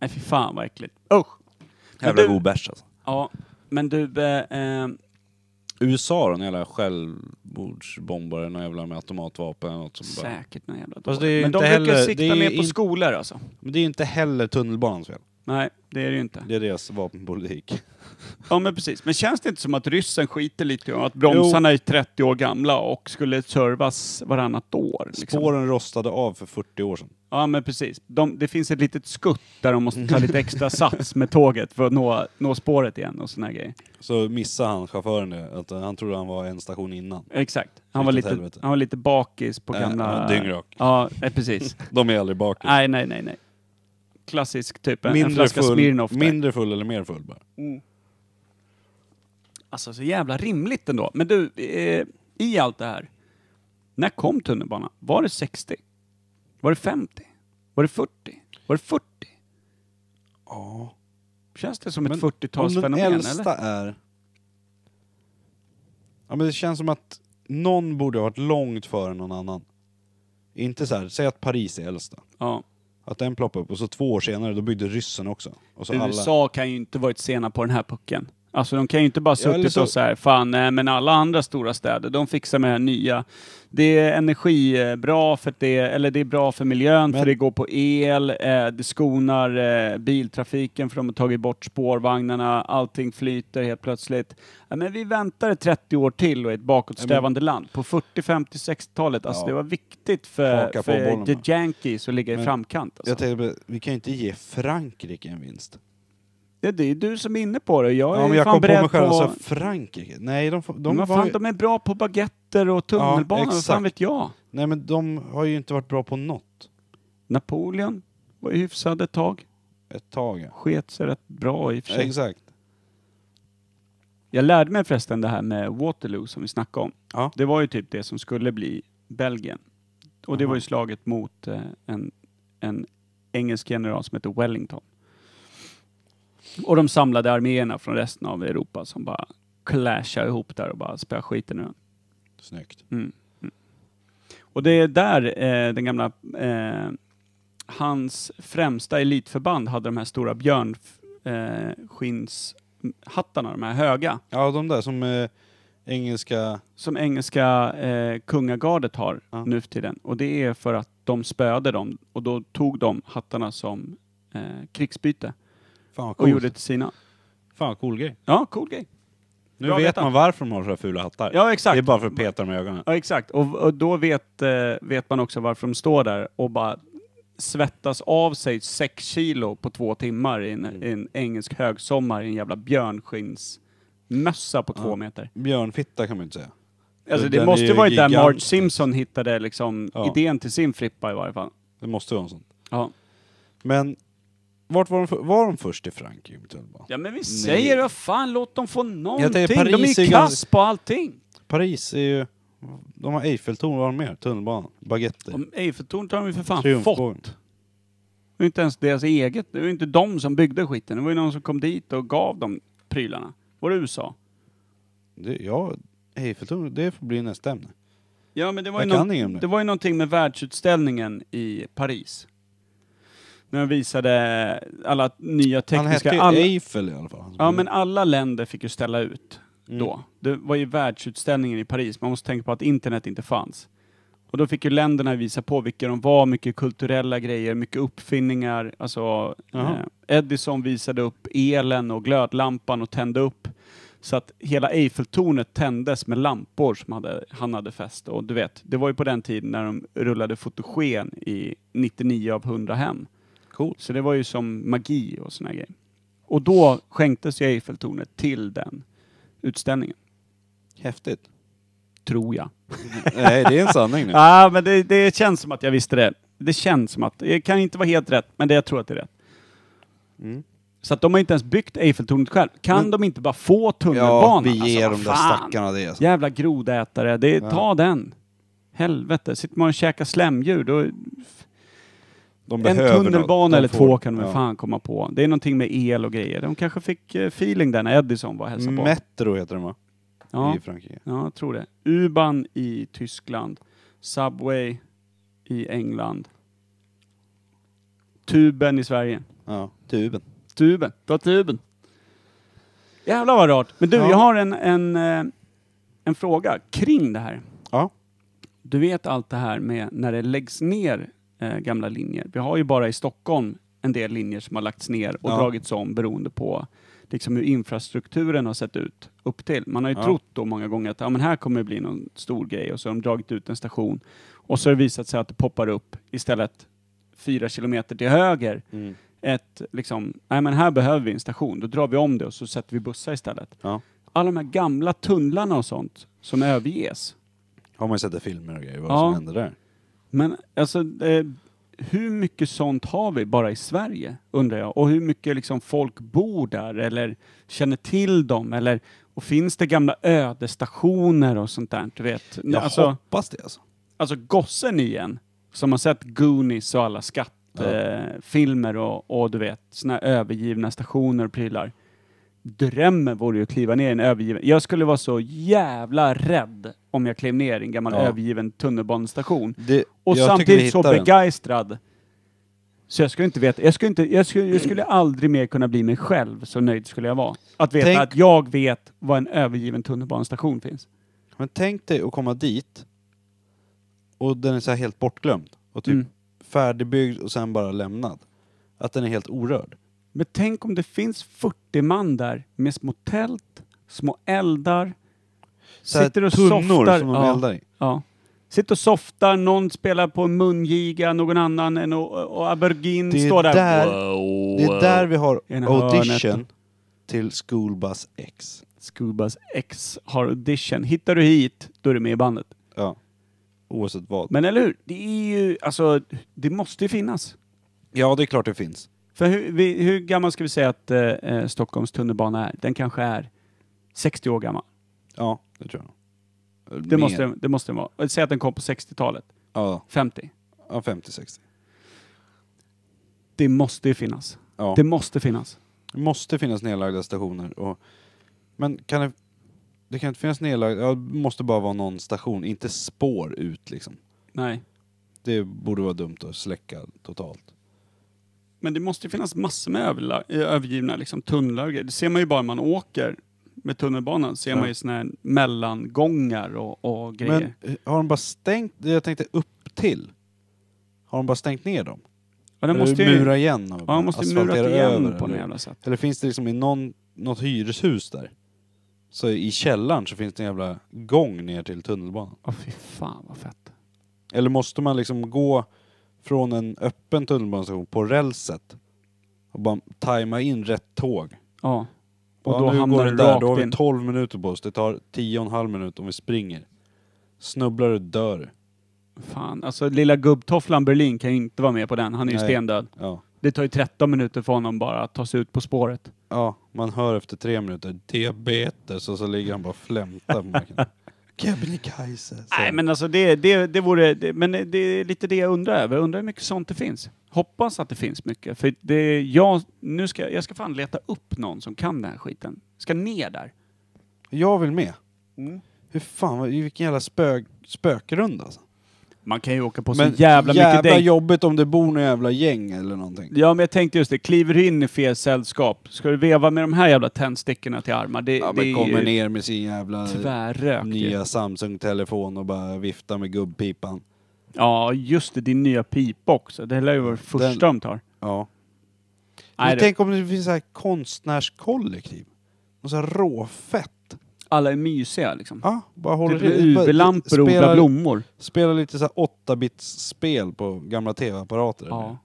Speaker 2: Nej, fy fan vad äckligt. Usch! Men
Speaker 1: Jävla
Speaker 2: du-
Speaker 1: god bärs alltså.
Speaker 2: Ja, men du... Eh, eh,
Speaker 1: USA då, någon jävla självmordsbombare, någon jävla med automatvapen eller något som bara...
Speaker 2: Säkert någon jävla
Speaker 1: Fast
Speaker 2: dåre.
Speaker 1: det är
Speaker 2: Men de
Speaker 1: inte
Speaker 2: brukar
Speaker 1: heller-
Speaker 2: sikta
Speaker 1: det är
Speaker 2: mer på
Speaker 1: in-
Speaker 2: skolor alltså.
Speaker 1: Men det är inte heller tunnelbanans fel.
Speaker 2: Nej, det är det ju inte.
Speaker 1: Det är deras vapenpolitik.
Speaker 2: Ja men precis. Men känns det inte som att ryssen skiter lite i att bromsarna är 30 år gamla och skulle servas varannat år? Liksom?
Speaker 1: Spåren rostade av för 40 år sedan.
Speaker 2: Ja men precis. De, det finns ett litet skutt där de måste ta lite [laughs] extra sats med tåget för att nå, nå spåret igen och såna här grejer.
Speaker 1: Så missade han chauffören det, att han trodde han var en station innan.
Speaker 2: Exakt. Han var
Speaker 1: Riktigt
Speaker 2: lite,
Speaker 1: helvete.
Speaker 2: han var lite bakis på
Speaker 1: Äh,
Speaker 2: gamla...
Speaker 1: ja, dyngrak.
Speaker 2: Ja, eh, [laughs] precis.
Speaker 1: De är aldrig bakis.
Speaker 2: nej, nej, nej, nej. Klassisk typ, en, en flaska Smirnoff. där.
Speaker 1: mindre full eller mer full bara.
Speaker 2: Alltså så jävla rimligt ändå. Men du, eh, i allt det här. När kom tunnelbanan? Var det 60? Var det 50? Var det 40? Var det 40?
Speaker 1: Ja.
Speaker 2: Känns det som ett
Speaker 1: om
Speaker 2: 40-talsfenomen eller?
Speaker 1: äldsta är... Ja men det känns som att någon borde ha varit långt före någon annan. Inte så här, säg att Paris är äldsta.
Speaker 2: Ja.
Speaker 1: Att den ploppade upp och så två år senare då byggde ryssen också. Och så alla.
Speaker 2: USA kan ju inte varit sena på den här pucken. Alltså de kan ju inte bara
Speaker 1: Ja, eller
Speaker 2: suttit
Speaker 1: så-
Speaker 2: och så här, fan, eh, men alla andra stora städer, de fixar med det här nya. Det är energibra för att det, eller det är bra för miljön
Speaker 1: Men-
Speaker 2: för det går på el, eh, det skonar eh, biltrafiken för de har tagit bort spårvagnarna, allting flyter helt plötsligt. Ja, men vi väntar 30 år till och är ett bakåtsträvande land. På 40, 50, 60-talet, alltså
Speaker 1: Ja.
Speaker 2: det var viktigt för,
Speaker 1: Haka på
Speaker 2: för
Speaker 1: bollen.
Speaker 2: the Yankees att ligga i
Speaker 1: Men
Speaker 2: framkant. Alltså.
Speaker 1: Jag tänkte, på, vi kan ju inte ge Frankrike en vinst.
Speaker 2: Det, det är du som är inne på det. Jag är
Speaker 1: Ja, men jag
Speaker 2: fan
Speaker 1: kom på
Speaker 2: beredd
Speaker 1: mig själv
Speaker 2: på...
Speaker 1: och sa Frankrike. Nej, de, får- de,
Speaker 2: men vad
Speaker 1: var,
Speaker 2: fan,
Speaker 1: ju-
Speaker 2: de är bra på baguetter och tunnelbanor,
Speaker 1: Ja,
Speaker 2: vad fan
Speaker 1: exakt.
Speaker 2: vet jag?
Speaker 1: nej, men de har ju inte varit bra på något.
Speaker 2: Napoleon var ju hyfsad ett tag.
Speaker 1: Ett tag. ja.
Speaker 2: Sket sig rätt bra i och för sig.
Speaker 1: Exakt.
Speaker 2: Jag lärde mig förresten det här med Waterloo som vi snackade om.
Speaker 1: Ja.
Speaker 2: Det var ju typ det som skulle bli Belgien. Och det
Speaker 1: Aha.
Speaker 2: var ju slaget mot eh, en, en engelsk general som hette Wellington. Och de samlade arméerna från resten av Europa som bara clashade ihop där och bara spöade skiten ur den.
Speaker 1: Snyggt.
Speaker 2: Och det är där eh, den gamla, eh, hans främsta elitförband hade de här stora björnskinnshattarna, eh, skinnshattarna, de här höga,
Speaker 1: Ja, de där som eh, engelska...
Speaker 2: som engelska eh, kungagardet har
Speaker 1: Ja.
Speaker 2: nu för tiden. Och det är för att de spöade dem och då tog de hattarna som eh, krigsbyte
Speaker 1: Fan vad
Speaker 2: och
Speaker 1: coolt.
Speaker 2: gjorde till sina.
Speaker 1: Fan vad cool grej.
Speaker 2: Ja, cool grej.
Speaker 1: Nu
Speaker 2: Bra
Speaker 1: vet
Speaker 2: vetat.
Speaker 1: man varför de har så här fula hattar.
Speaker 2: Ja,
Speaker 1: Det är
Speaker 2: exakt.
Speaker 1: bara för att peta dem i ögonen.
Speaker 2: Ja, exakt. Och, och då vet, eh, vet man också varför de står där och bara svettas av sig sex kilo på två timmar i en, i en engelsk högsommar i en jävla björnskinnsmössa på två
Speaker 1: Ja.
Speaker 2: meter.
Speaker 1: Björnfitta kan man ju inte säga.
Speaker 2: Alltså det
Speaker 1: Den
Speaker 2: måste
Speaker 1: är
Speaker 2: ju
Speaker 1: ju
Speaker 2: varit där Marge
Speaker 1: gigantisk.
Speaker 2: Simpson hittade liksom
Speaker 1: Ja.
Speaker 2: idén till sin frippa i varje fall.
Speaker 1: Det måste vara något sånt.
Speaker 2: Ja,
Speaker 1: Men vart var de, för, var de först i Frankrike med tunnelbanan?
Speaker 2: ja men vi säger vad fan, låt dem få någonting.
Speaker 1: tänker
Speaker 2: De är ju
Speaker 1: Paris är
Speaker 2: kass
Speaker 1: ganska-
Speaker 2: på allting.
Speaker 1: Paris är ju... De har Eiffeltorn, vad har de mer? Tunnelbanan? Baguetter?
Speaker 2: Om Eiffeltornet har de ju för fan fått.
Speaker 1: Triumfbågen?
Speaker 2: Det var ju inte ens deras eget. Det var ju inte de som byggde skiten. Det var ju någon som kom dit och gav dem prylarna. Var det USA?
Speaker 1: Det- Ja, Eiffeltorn, det får bli nästa ämne.
Speaker 2: Ja, men det var,
Speaker 1: Jag
Speaker 2: ju
Speaker 1: kan
Speaker 2: någon,
Speaker 1: inget om
Speaker 2: det
Speaker 1: det.
Speaker 2: var ju någonting med världsutställningen i Paris. När de visade alla nya
Speaker 1: Han
Speaker 2: tekniska...
Speaker 1: hette ju
Speaker 2: alla,
Speaker 1: Eiffel i alla fall.
Speaker 2: ja, men alla länder fick ju ställa ut
Speaker 1: Mm.
Speaker 2: då. Det var ju världsutställningen i Paris. Man måste tänka på att internet inte fanns. Och då fick ju länderna visa på vilka de var, mycket kulturella grejer, mycket uppfinningar. Alltså, eh,
Speaker 1: Jaha.
Speaker 2: Edison visade upp elen och glödlampan och tände upp. Så att hela Eiffeltornet tändes med lampor som hade, han hade fäst. Och du vet, det var ju på den tiden när de rullade fotogen i 99 av 100 hem.
Speaker 1: Coolt.
Speaker 2: Så det var ju som magi och såna här grejer. Och då skänktes ju Eiffeltornet till den utställningen,
Speaker 1: Häftigt.
Speaker 2: tror jag.
Speaker 1: Nej, det är en sanning nu.
Speaker 2: [laughs] Ja, ah, men det, det känns som att jag visste det. Det känns som att, det kan inte vara helt rätt, men det, jag tror att det är rätt.
Speaker 1: Mm.
Speaker 2: Så att de har inte ens byggt Eiffeltornet själv. Kan
Speaker 1: Men-
Speaker 2: de inte bara få
Speaker 1: Ja,
Speaker 2: tunnelbanan? Alltså,
Speaker 1: vi ger
Speaker 2: vad
Speaker 1: de där
Speaker 2: fan.
Speaker 1: stackarna det. Alltså.
Speaker 2: Jävla grodätare, det,
Speaker 1: Ja.
Speaker 2: ta den. Helvete, sitter man och käkar slämdjur, då
Speaker 1: De
Speaker 2: En
Speaker 1: behöver något.
Speaker 2: tunnelbana
Speaker 1: De
Speaker 2: eller
Speaker 1: får-
Speaker 2: två kan de väl
Speaker 1: ja.
Speaker 2: fan komma på. Det är någonting med el och grejer. De kanske fick eh, feeling där när Edison var och hälsade på.
Speaker 1: Metro heter den va?
Speaker 2: ja,
Speaker 1: I Frankrike.
Speaker 2: ja, jag tror det. U-Bahn i Tyskland. Subway i England. Tuben i Sverige.
Speaker 1: Ja, tuben.
Speaker 2: Tuben. Ta tuben. Jävlar vad rart. Men du,
Speaker 1: Ja.
Speaker 2: jag har en, en, eh, en fråga kring det här.
Speaker 1: Ja.
Speaker 2: Du vet allt det här med när det läggs ner eh, gamla linjer. Vi har ju bara i Stockholm en del linjer som har lagts ner och
Speaker 1: Ja.
Speaker 2: dragits om beroende på liksom hur infrastrukturen har sett ut upp till. Man har ju
Speaker 1: Ja.
Speaker 2: trott då många gånger att ja, men här kommer det bli någon stor grej och så har de dragit ut en station och så har det visat sig att det poppar upp istället fyra kilometer till höger
Speaker 1: Mm.
Speaker 2: ett liksom, nej men här behöver vi en station, då drar vi om det och så sätter vi bussar istället.
Speaker 1: Ja.
Speaker 2: Alla de här gamla tunnlarna och sånt som överges.
Speaker 1: Har man ju sett i filmer och grejer vad
Speaker 2: Ja.
Speaker 1: som händer där.
Speaker 2: Men alltså, eh, hur mycket sånt har vi bara i Sverige, undrar jag? Och hur mycket liksom folk bor där eller känner till dem? Eller, och finns det gamla ödestationer och sånt där? Du vet,
Speaker 1: Jag
Speaker 2: alltså,
Speaker 1: hoppas det alltså.
Speaker 2: alltså gossen igen, som har sett Goonies och alla
Speaker 1: Ja.
Speaker 2: skattefilmer och, och du vet, såna här övergivna stationer och prylar. Drömmen vore ju att kliva ner i en övergiven... Jag skulle vara så jävla rädd om jag klev ner i en gammal
Speaker 1: Ja.
Speaker 2: övergiven tunnelbanestation.
Speaker 1: Det,
Speaker 2: Och
Speaker 1: jag tycker vi
Speaker 2: samtidigt så
Speaker 1: hittar den.
Speaker 2: begeistrad Så jag skulle inte veta. Jag skulle, inte, jag, skulle, jag skulle aldrig mer kunna bli mig själv, så nöjd skulle jag vara. Att veta
Speaker 1: Tänk-
Speaker 2: att jag vet var en övergiven tunnelbanestation finns.
Speaker 1: Men tänk dig att komma dit och den är så här helt bortglömd. Och typ
Speaker 2: Mm.
Speaker 1: färdigbyggd och sen bara lämnad. Att den är helt orörd.
Speaker 2: Men tänk om det finns 40 man där med små tält, små eldar.
Speaker 1: Så här
Speaker 2: sitter och
Speaker 1: tunnor
Speaker 2: softar.
Speaker 1: som de
Speaker 2: ja,
Speaker 1: eldar i.
Speaker 2: ja. Sitter och softar, någon spelar på en mungiga, någon annan en och, och aubergine
Speaker 1: Det är
Speaker 2: står där.
Speaker 1: där- Det är där vi har
Speaker 2: Ena
Speaker 1: audition
Speaker 2: hörnet.
Speaker 1: till School Bus X.
Speaker 2: Scoobas X har audition. Hittar du hit, då är du med i bandet.
Speaker 1: Ja. Oavsett vad.
Speaker 2: Men eller hur? Det är ju, alltså, det måste ju finnas.
Speaker 1: Ja, det är klart det finns.
Speaker 2: För hur, vi, hur gammal ska vi säga att eh, eh, Stockholms tunnelbana är? Den kanske är 60 år gammal.
Speaker 1: Ja, det tror jag.
Speaker 2: Det måste, den- det måste den vara. Säg att den kom på 60-talet.
Speaker 1: Ja,
Speaker 2: 50.
Speaker 1: ja 50-60.
Speaker 2: Det måste ju finnas.
Speaker 1: Ja.
Speaker 2: Det måste finnas.
Speaker 1: Det måste finnas nedlagda stationer. Och, men kan det, det kan inte finnas nedlagda, ja, det måste bara vara någon station, inte spår ut liksom.
Speaker 2: Nej.
Speaker 1: Det borde vara dumt att släcka totalt.
Speaker 2: Men det måste ju finnas massor med överla- eh, övergivna liksom, tunnlar och grejer. Det ser man ju bara när man åker med tunnelbanan. ser
Speaker 1: Ja.
Speaker 2: man ju såna här mellangångar och, och grejer.
Speaker 1: Men eh, har de bara stängt, jag tänkte upp till. Har de bara stängt ner dem?
Speaker 2: ja, den
Speaker 1: Eller
Speaker 2: måste ju,
Speaker 1: mura igen och
Speaker 2: ja, de måste ju murat
Speaker 1: asfaltera
Speaker 2: igen
Speaker 1: över,
Speaker 2: på något
Speaker 1: eller?
Speaker 2: jävla sätt.
Speaker 1: Eller finns det liksom i någon, något hyreshus där? Så i källaren så finns det en jävla gång ner till tunnelbanan.
Speaker 2: Åh fy fan vad fett.
Speaker 1: Eller måste man liksom gå från en öppen tunnelbanestation på rälset och bara tajma in rätt tåg?
Speaker 2: Ja. Och
Speaker 1: Och ja,
Speaker 2: då
Speaker 1: nu
Speaker 2: hamnar
Speaker 1: går det
Speaker 2: du
Speaker 1: där,
Speaker 2: rakt
Speaker 1: då har vi
Speaker 2: in.
Speaker 1: 12 minuter på oss. Det tar 10 och en halv minut om vi springer. Snubblar du dör du.
Speaker 2: Fan, alltså lilla gubbtofflan Berlin kan ju inte vara med på den. Han är ju
Speaker 1: Nej.
Speaker 2: stendöd.
Speaker 1: Ja.
Speaker 2: Det tar ju 13 minuter för honom bara att ta sig ut på spåret.
Speaker 1: ja, man hör efter tre minuter diabetes och så ligger han bara och flämtar på
Speaker 2: [laughs]
Speaker 1: marken. Kebnekaise. säger
Speaker 2: Nej
Speaker 1: han.
Speaker 2: men alltså det, det, det vore, det, men det är lite det jag undrar över. Undrar hur mycket sånt det finns. Hoppas att det finns mycket. För det, jag, nu ska, jag ska fan leta upp någon som kan den här skiten. Ska ner där.
Speaker 1: Jag vill med. Hur fan, vad- vilken jävla spök, spökrunda alltså.
Speaker 2: Man kan ju åka på så jävla, mycket däck.
Speaker 1: jobbigt om det bor några jävla gäng eller någonting.
Speaker 2: Ja men jag tänkte just det, kliver du in i fel sällskap, ska du veva med de här jävla tändstickorna till armar? Det,
Speaker 1: Ja,
Speaker 2: det
Speaker 1: men
Speaker 2: är
Speaker 1: kommer
Speaker 2: ju
Speaker 1: ner med sin jävla
Speaker 2: tvärrök. ju.
Speaker 1: nya Samsung-telefon och bara viftar med gubbpipan.
Speaker 2: Ja, just det. Din nya pipa också. Det lär ju vara det första de tar.
Speaker 1: Ja.
Speaker 2: Nej,
Speaker 1: men
Speaker 2: det-
Speaker 1: tänk om det finns så här konstnärskollektiv. Och så här råfett.
Speaker 2: Alla är mysiga liksom.
Speaker 1: Ja, bara
Speaker 2: det
Speaker 1: håller
Speaker 2: blir UV-lampor och odla
Speaker 1: spelar,
Speaker 2: blommor.
Speaker 1: spelar lite så här 8-bits-spel på gamla tv-apparater.
Speaker 2: Ja.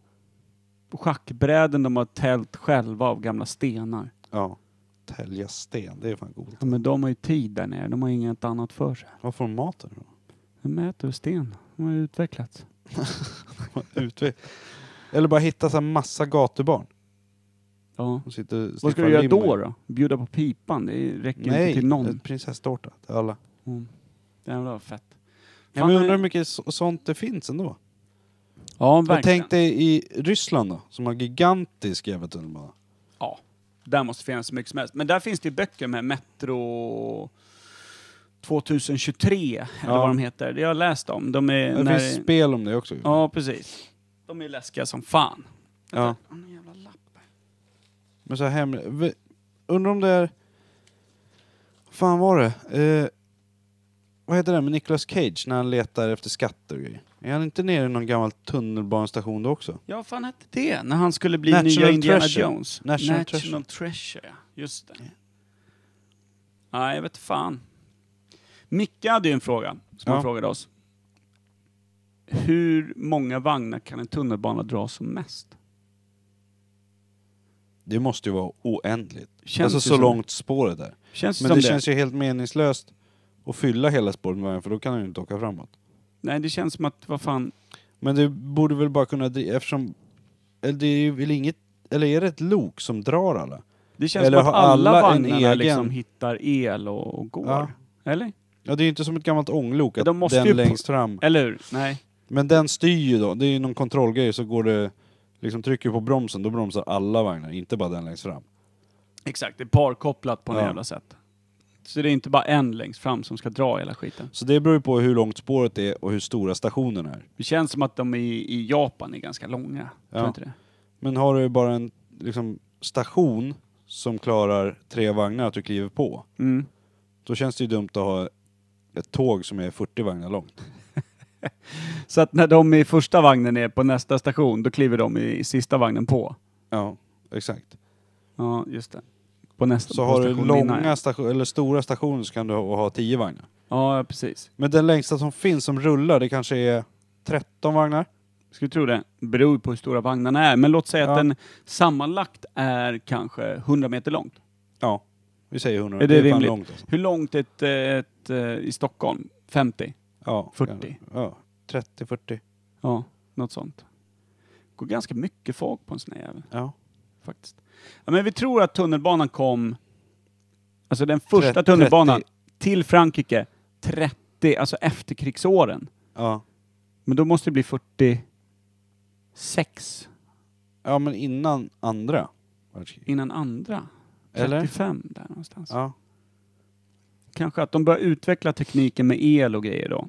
Speaker 2: Schackbräden de har tält själva av gamla stenar.
Speaker 1: ja. Tälja sten, det är fan coolt.
Speaker 2: Ja, men de har ju tid där nere. De har inget annat för sig.
Speaker 1: Vad får de maten då?
Speaker 2: De äter ju sten. De har ju utvecklats.
Speaker 1: Utve- Eller bara hitta så här massa gatubarn.
Speaker 2: Ja.
Speaker 1: Och sitter och
Speaker 2: Vad ska
Speaker 1: sniffar
Speaker 2: du göra
Speaker 1: limbo.
Speaker 2: då, då? Bjuda på pipan? Det räcker ju
Speaker 1: Nej, Eh.
Speaker 2: inte till någon.
Speaker 1: en prinsesstårta till alla.
Speaker 2: Mm. Det var fett.
Speaker 1: Ja, men
Speaker 2: Fan,
Speaker 1: jag undrar
Speaker 2: eh,
Speaker 1: hur mycket så- sånt det finns ändå.
Speaker 2: ja
Speaker 1: Jag
Speaker 2: verkligen.
Speaker 1: tänkte i Ryssland då, som har gigantisk jävla tunnelbana.
Speaker 2: Ja, där måste finnas så mycket som helst. Men där finns det ju böcker med Metro 2023, eller
Speaker 1: Ja.
Speaker 2: vad de heter. Det har jag läst om. De är...
Speaker 1: Det
Speaker 2: När,
Speaker 1: finns spel om det också. Ja.
Speaker 2: ja, precis. De är läskiga som fan.
Speaker 1: Men så här hemligt. V- Undrar om det är... Vad fan var det? Eh, vad heter det med Nicolas Cage när han letar efter skatter och grejer? Är han inte nere i någon gammal tunnelbanestation då också?
Speaker 2: Ja, vad fan hette det? När han skulle bli
Speaker 1: National
Speaker 2: nya Indiana
Speaker 1: Treasure.
Speaker 2: Jones.
Speaker 1: National
Speaker 2: Treasure. Treasure, ja. Just det. Nej, jag vet fan. Micke hade ju en fråga som han
Speaker 1: Ja.
Speaker 2: frågade oss. Hur många vagnar kan en tunnelbana dra som mest?
Speaker 1: Det måste ju vara oändligt.
Speaker 2: Känns
Speaker 1: alltså
Speaker 2: ju
Speaker 1: så
Speaker 2: som-
Speaker 1: långt spåret är.
Speaker 2: Känns det
Speaker 1: Men
Speaker 2: som
Speaker 1: det,
Speaker 2: det?
Speaker 1: känns ju helt meningslöst att fylla hela spåret med vagnar för då kan han ju inte åka framåt.
Speaker 2: Nej, det känns som att, vad fan,
Speaker 1: Men det borde väl bara kunna dri- eftersom... Eller det är ju väl inget... Eller är det ett lok som drar alla?
Speaker 2: Det känns
Speaker 1: Eller
Speaker 2: som att
Speaker 1: har
Speaker 2: alla,
Speaker 1: alla en
Speaker 2: vagnarna
Speaker 1: egen-
Speaker 2: liksom hittar el och, och går.
Speaker 1: Ja.
Speaker 2: Eller?
Speaker 1: Ja, det är ju inte som ett gammalt ånglok att
Speaker 2: De måste
Speaker 1: den
Speaker 2: ju-
Speaker 1: längst fram...
Speaker 2: Eller hur? Nej.
Speaker 1: Men den styr ju då. Det är ju någon kontrollgrej så går det... Liksom trycker du på bromsen, då bromsar alla vagnar, inte bara den längst fram.
Speaker 2: Exakt, det är parkopplat på något
Speaker 1: Ja.
Speaker 2: jävla sätt. Så det är inte bara en längst fram som ska dra hela skiten.
Speaker 1: Så det beror ju på hur långt spåret är och hur stora stationerna är.
Speaker 2: Det känns som att de i, i Japan är ganska långa. Tror
Speaker 1: Ja.
Speaker 2: inte det?
Speaker 1: Men har du bara en liksom, station som klarar tre vagnar att du kliver på,
Speaker 2: Mm.
Speaker 1: då känns det ju dumt att ha ett tåg som är 40 vagnar långt.
Speaker 2: Så att när de i första vagnen är på nästa station, då kliver de i sista vagnen på.
Speaker 1: Ja, exakt.
Speaker 2: Ja, just det. På nästa
Speaker 1: Så
Speaker 2: på
Speaker 1: har du
Speaker 2: station innan,
Speaker 1: långa
Speaker 2: ja.
Speaker 1: station, eller stora stationer så kan du ha ha 10 vagnar.
Speaker 2: Ja, ja, precis.
Speaker 1: Men den längsta som finns som rullar, det kanske är 13 vagnar?
Speaker 2: Skulle tro det. Beror ju på hur stora vagnarna är. Men låt säga att
Speaker 1: Ja.
Speaker 2: den sammanlagt är kanske 100 meter långt.
Speaker 1: Ja, vi säger 100.
Speaker 2: Är det
Speaker 1: fan
Speaker 2: rimligt?
Speaker 1: långt alltså.
Speaker 2: Hur långt är ett, eh, ett, eh, i Stockholm? 50?
Speaker 1: Ja,
Speaker 2: 40.
Speaker 1: Ja, 30-40.
Speaker 2: Ja, något sånt. Går ganska mycket folk på en sån här jävel.
Speaker 1: Ja.
Speaker 2: faktiskt. Ja, men vi tror att tunnelbanan kom, alltså den första tunnelbanan
Speaker 1: 30.
Speaker 2: till Frankrike 30, alltså efterkrigsåren.
Speaker 1: Ja.
Speaker 2: Men då måste det bli 46
Speaker 1: ja, men innan andra världskriget.
Speaker 2: innan andra.
Speaker 1: Eller?
Speaker 2: 35 där någonstans.
Speaker 1: Ja.
Speaker 2: Kanske att de börjar utveckla tekniken med el och grejer då.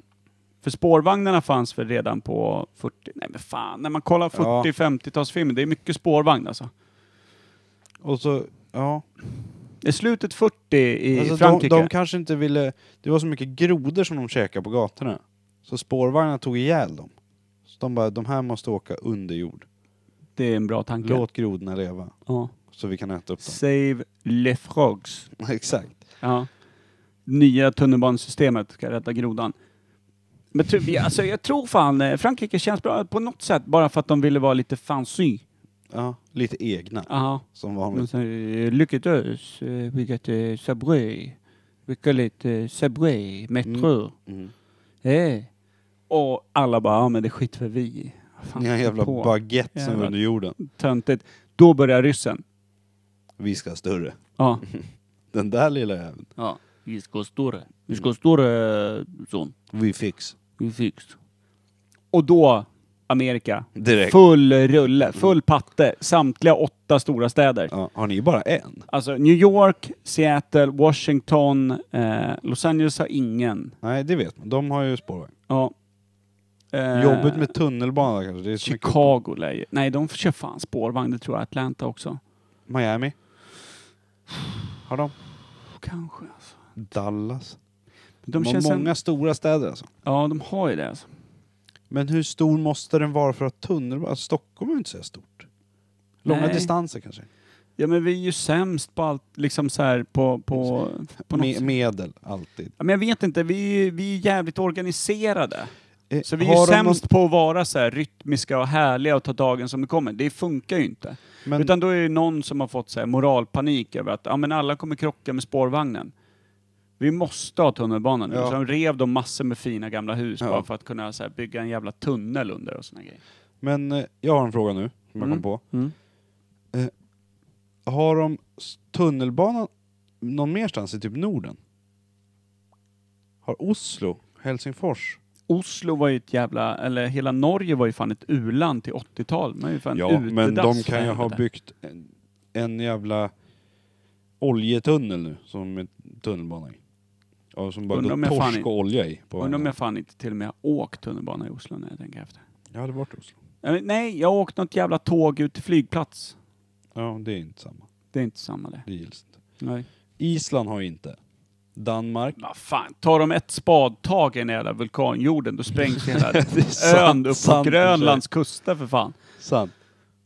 Speaker 2: För spårvagnarna fanns väl redan på 40, nej men fan, när man kollar
Speaker 1: Ja.
Speaker 2: 40-50-talsfilmer, det är mycket spårvagn alltså.
Speaker 1: Och så, ja.
Speaker 2: Det är slutet 40 i
Speaker 1: Alltså, de,
Speaker 2: Frankrike.
Speaker 1: de kanske inte ville... Det var så mycket grodor som de käkade på gatorna. Så spårvagnarna tog ihjäl dem. Så de bara, de här måste åka under jord.
Speaker 2: det är en bra tanke.
Speaker 1: Låt grodorna leva.
Speaker 2: Ja.
Speaker 1: Så vi kan äta upp
Speaker 2: [laughs] Save Le Frogs.
Speaker 1: dem. Exakt.
Speaker 2: Ja. Nya tunnelbanesystemet ska rädda grodan. Men typ, ja, alltså, jag tror fan eh, Frankrike känns bra på något sätt bara för att de ville vara lite fancy.
Speaker 1: Ja, lite egna.
Speaker 2: Jaha.
Speaker 1: Som vanligt.
Speaker 5: euh,
Speaker 2: Lycka oss, vilket sabré. Vilket
Speaker 5: euh,
Speaker 2: sabré, metro.
Speaker 1: Mm.
Speaker 2: Eh. Och alla bara, ja men det skit för vi. Vad Fan,
Speaker 1: Ni har en jävla
Speaker 2: på.
Speaker 1: baguette som
Speaker 2: Jävlar.
Speaker 1: är under jorden.
Speaker 2: Töntigt. Då börjar ryssen.
Speaker 1: Vi ska ha större.
Speaker 2: Ja.
Speaker 1: Den där lilla jäveln.
Speaker 5: Ja, vi ska stora. Vi
Speaker 2: Mm.
Speaker 5: ska stora son.
Speaker 1: Vi fix.
Speaker 5: Vi fix.
Speaker 2: Och då, Amerika.
Speaker 1: Direkt.
Speaker 2: Full rulle,
Speaker 5: Mm.
Speaker 2: full patte, samtliga åtta stora städer.
Speaker 1: Ja, har ni bara en?
Speaker 2: Alltså New York, Seattle, Washington, eh, Los Angeles har ingen.
Speaker 1: Nej, det vet man. De har ju spårvagn.
Speaker 2: Ja. Eh,
Speaker 1: Jobbigt med tunnelbana kanske. Det är så mycket-
Speaker 2: Chicago läge. Nej, de kör fan spårvagn, det tror jag. Atlanta också.
Speaker 1: Miami. Har de?
Speaker 2: Kanske alltså.
Speaker 1: Dallas.
Speaker 2: De,
Speaker 1: De
Speaker 2: känns
Speaker 1: har många stora städer alltså.
Speaker 2: Ja, de har ju det alltså.
Speaker 1: Men hur stor måste den vara för att ha tunnelbana? Alltså, Stockholm är ju inte så här stort. Långa
Speaker 2: Nej.
Speaker 1: distanser kanske.
Speaker 2: Ja, men vi är ju sämst på allt, liksom så här på, på, på något
Speaker 1: Me-
Speaker 2: sätt.
Speaker 1: medel, alltid.
Speaker 2: Ja, men jag vet inte, vi, är- vi är jävligt organiserade.
Speaker 1: Eh,
Speaker 2: Så vi är ju
Speaker 1: har de någon-
Speaker 2: sämst på att vara så här rytmiska och härliga och ta dagen som det kommer. Det funkar ju inte.
Speaker 1: men,
Speaker 2: Utan då är det någon som har fått så här moralpanik över att ja, men alla kommer krocka med spårvagnen. Vi måste ha tunnelbanan nu.
Speaker 1: Ja.
Speaker 2: Så de rev de massor med fina gamla hus
Speaker 1: Ja.
Speaker 2: bara för att kunna så här, bygga en jävla tunnel under och såna grejer.
Speaker 1: men eh, jag har en fråga nu, som jag kom
Speaker 2: Mm.
Speaker 1: på.
Speaker 2: Mm.
Speaker 1: Har de s- tunnelbanan någon merstans i typ Norden? Har Oslo, Helsingfors?
Speaker 2: Oslo var ju ett jävla, eller hela Norge var ju fan ett uland till 80-tal. Man är ju fan
Speaker 1: ja,
Speaker 2: utedass
Speaker 1: men de
Speaker 2: för
Speaker 1: kan ju ha
Speaker 2: helvete.
Speaker 1: byggt en, en jävla oljetunnel nu, som är tunnelbana i. Ja, som bara
Speaker 2: Undrar om
Speaker 1: går
Speaker 2: jag fan
Speaker 1: torsk
Speaker 2: inte-
Speaker 1: och olja i. På
Speaker 2: Undrar om
Speaker 1: vagnarna.
Speaker 2: jag fan inte till och med har åkt tunnelbana i Oslo när jag tänker efter.
Speaker 1: jag hade varit i Oslo.
Speaker 2: Eller, Nej, jag har åkt något jävla tåg ut till flygplats.
Speaker 1: Ja, det är inte samma.
Speaker 2: Det är inte samma det.
Speaker 1: Det gills inte.
Speaker 2: Nej.
Speaker 1: Island har ju inte. Danmark.
Speaker 2: Vad fan, tar de ett spadtag i den jävla vulkanjorden, då
Speaker 1: [laughs]
Speaker 2: sprängs hela
Speaker 1: sant,
Speaker 2: ön upp på
Speaker 1: sant i och för sig.
Speaker 2: Grönlands kuster för fan.
Speaker 1: Sant.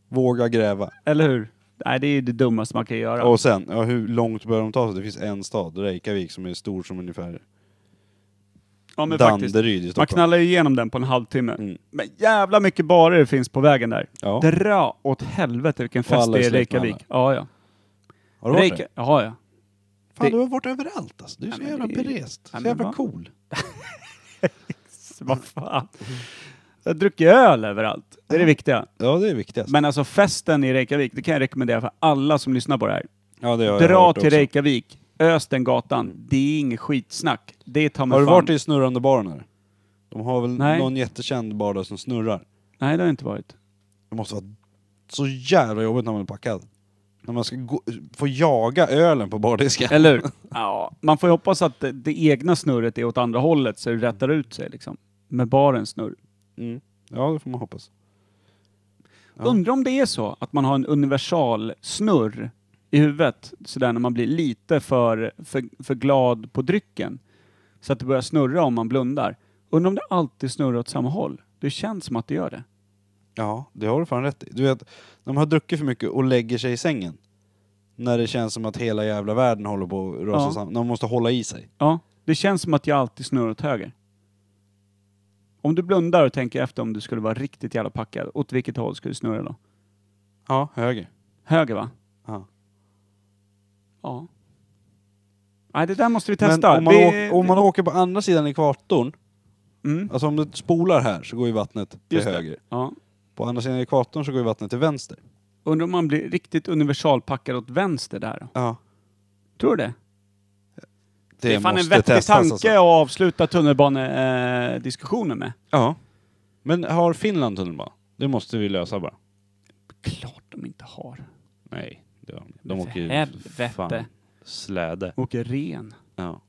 Speaker 1: Våga gräva.
Speaker 2: Eller hur? Nej, det är ju det dummaste man kan göra.
Speaker 1: Och sen, ja, hur långt bör de ta sig? Det finns en stad, Reykjavik, som är stor som ungefär
Speaker 2: ja, men faktiskt.
Speaker 1: Danderyd i
Speaker 2: Man
Speaker 1: Stockholm.
Speaker 2: knallar ju igenom den på en halvtimme.
Speaker 1: Mm.
Speaker 2: Men jävla mycket barer det finns på vägen där.
Speaker 1: Ja.
Speaker 2: Dra åt helvete vilken fest
Speaker 1: alla
Speaker 2: det är i
Speaker 1: är släkt med
Speaker 2: Reykjavik. Ja, ja.
Speaker 1: Har du varit
Speaker 2: Reykja-
Speaker 1: där?
Speaker 2: Jaha, ja.
Speaker 1: Fan,
Speaker 2: det-
Speaker 1: du har varit överallt alltså. Du är så
Speaker 2: Ja, men
Speaker 1: jävla
Speaker 2: det är-
Speaker 1: berest.
Speaker 2: Ja,
Speaker 1: Så
Speaker 2: men
Speaker 1: jävla
Speaker 2: vad-
Speaker 1: cool.
Speaker 2: Så Vad fan. Jag dricker öl överallt. Det är det viktiga.
Speaker 1: Ja, det är viktigast.
Speaker 2: Men alltså festen i Reykjavik, det kan jag rekommendera för alla som lyssnar på det här.
Speaker 1: ja, det har jag
Speaker 2: Dra
Speaker 1: hört
Speaker 2: till
Speaker 1: också.
Speaker 2: Reykjavik, ös den gatan. Det är inget skitsnack. Det tar mig
Speaker 1: Har du
Speaker 2: fan.
Speaker 1: varit i snurrande baren här? De har väl
Speaker 2: Nej.
Speaker 1: någon jättekänd bar där som snurrar. [laughs]
Speaker 2: Nej, det har jag inte varit.
Speaker 1: Det måste vara så jävla jobbigt när man är packad. När man ska gå, få jaga ölen på bardisken.
Speaker 2: Eller hur? Ja, man får ju hoppas att det, det egna snurret är åt andra hållet så det rättar ut sig liksom. Med barens snurr.
Speaker 1: Mm. Ja, det får man hoppas. Ja.
Speaker 2: Undrar om det är så att man har en universal snurr i huvudet sådär när man blir lite för, för, för glad på drycken. Så att det börjar snurra om man blundar. Undrar om det alltid snurrar åt samma håll. Det känns som att det gör det.
Speaker 1: Ja, det har du fan rätt i. Du vet, när man har druckit för mycket och lägger sig i sängen. När det känns som att hela jävla världen håller på att rasa
Speaker 2: Ja.
Speaker 1: samman. När man måste hålla i sig.
Speaker 2: Ja, det känns som att jag alltid snurrar åt höger. Om du blundar och tänker efter om du skulle vara riktigt jävla packad, åt vilket håll skulle du snurra då?
Speaker 1: Ja, höger.
Speaker 2: Höger va?
Speaker 1: Ja.
Speaker 2: Ja. Nej, det där måste vi
Speaker 1: Men
Speaker 2: testa.
Speaker 1: om man,
Speaker 2: vi,
Speaker 1: åker, om man åker på andra sidan ekvatorn.
Speaker 2: mm,
Speaker 1: Alltså om du spolar här så går ju vattnet till
Speaker 2: Just det.
Speaker 1: höger.
Speaker 2: ja.
Speaker 1: På andra sidan ekvatorn så går ju vattnet till vänster.
Speaker 2: Undrar om man blir riktigt universalpackad åt vänster där då?
Speaker 1: Ja.
Speaker 2: Tror du det?
Speaker 1: Det,
Speaker 2: är fan en
Speaker 1: måste
Speaker 2: vettig
Speaker 1: testas
Speaker 2: tanke
Speaker 1: alltså.
Speaker 2: att avsluta tunnelbanediskussionen med.
Speaker 1: Ja. Men har Finland tunnelbana? Det måste vi lösa bara.
Speaker 2: Klart de inte har.
Speaker 1: Nej, det har de inte. De
Speaker 2: För
Speaker 1: åker ju
Speaker 2: helvete.
Speaker 1: för fan släde.
Speaker 2: Åker ren.
Speaker 1: Ja.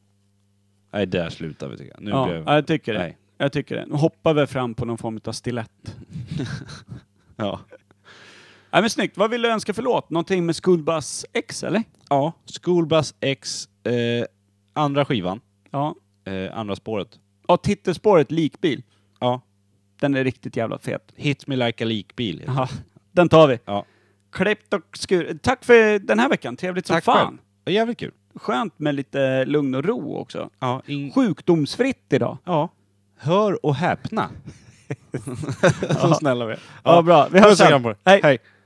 Speaker 1: Nej, där slutar vi tycker jag. Nu
Speaker 2: ja,
Speaker 1: blev...
Speaker 2: ja, jag tycker det.
Speaker 1: Nej.
Speaker 2: Jag tycker det. Nu hoppar vi fram på någon form av stilett.
Speaker 1: Ja.
Speaker 2: Nej men snyggt. Vad vill du önska för låt? Någonting med Skullbass X eller?
Speaker 1: ja. Schoolbus X, eh, andra skivan,
Speaker 2: Ja.
Speaker 1: eh, andra spåret.
Speaker 2: Ja, titelspåret Likbil.
Speaker 1: Ja.
Speaker 2: Den är riktigt jävla fet.
Speaker 1: Hit me like a likbil. heter
Speaker 2: Aha. Den tar vi.
Speaker 1: Ja.
Speaker 2: Klippt och skur. Tack för den här veckan. Trevligt som
Speaker 1: Tack
Speaker 2: fan.
Speaker 1: själv. det. Jävligt kul.
Speaker 2: Skönt med lite lugn och ro också.
Speaker 1: Ja, in...
Speaker 2: Sjukdomsfritt idag.
Speaker 1: ja. Hör och häpna. Så snälla vi är.
Speaker 2: Ja, bra. Vi hörs
Speaker 1: Puss och kram
Speaker 2: sen.
Speaker 1: på er.
Speaker 2: Hej.
Speaker 1: Hej.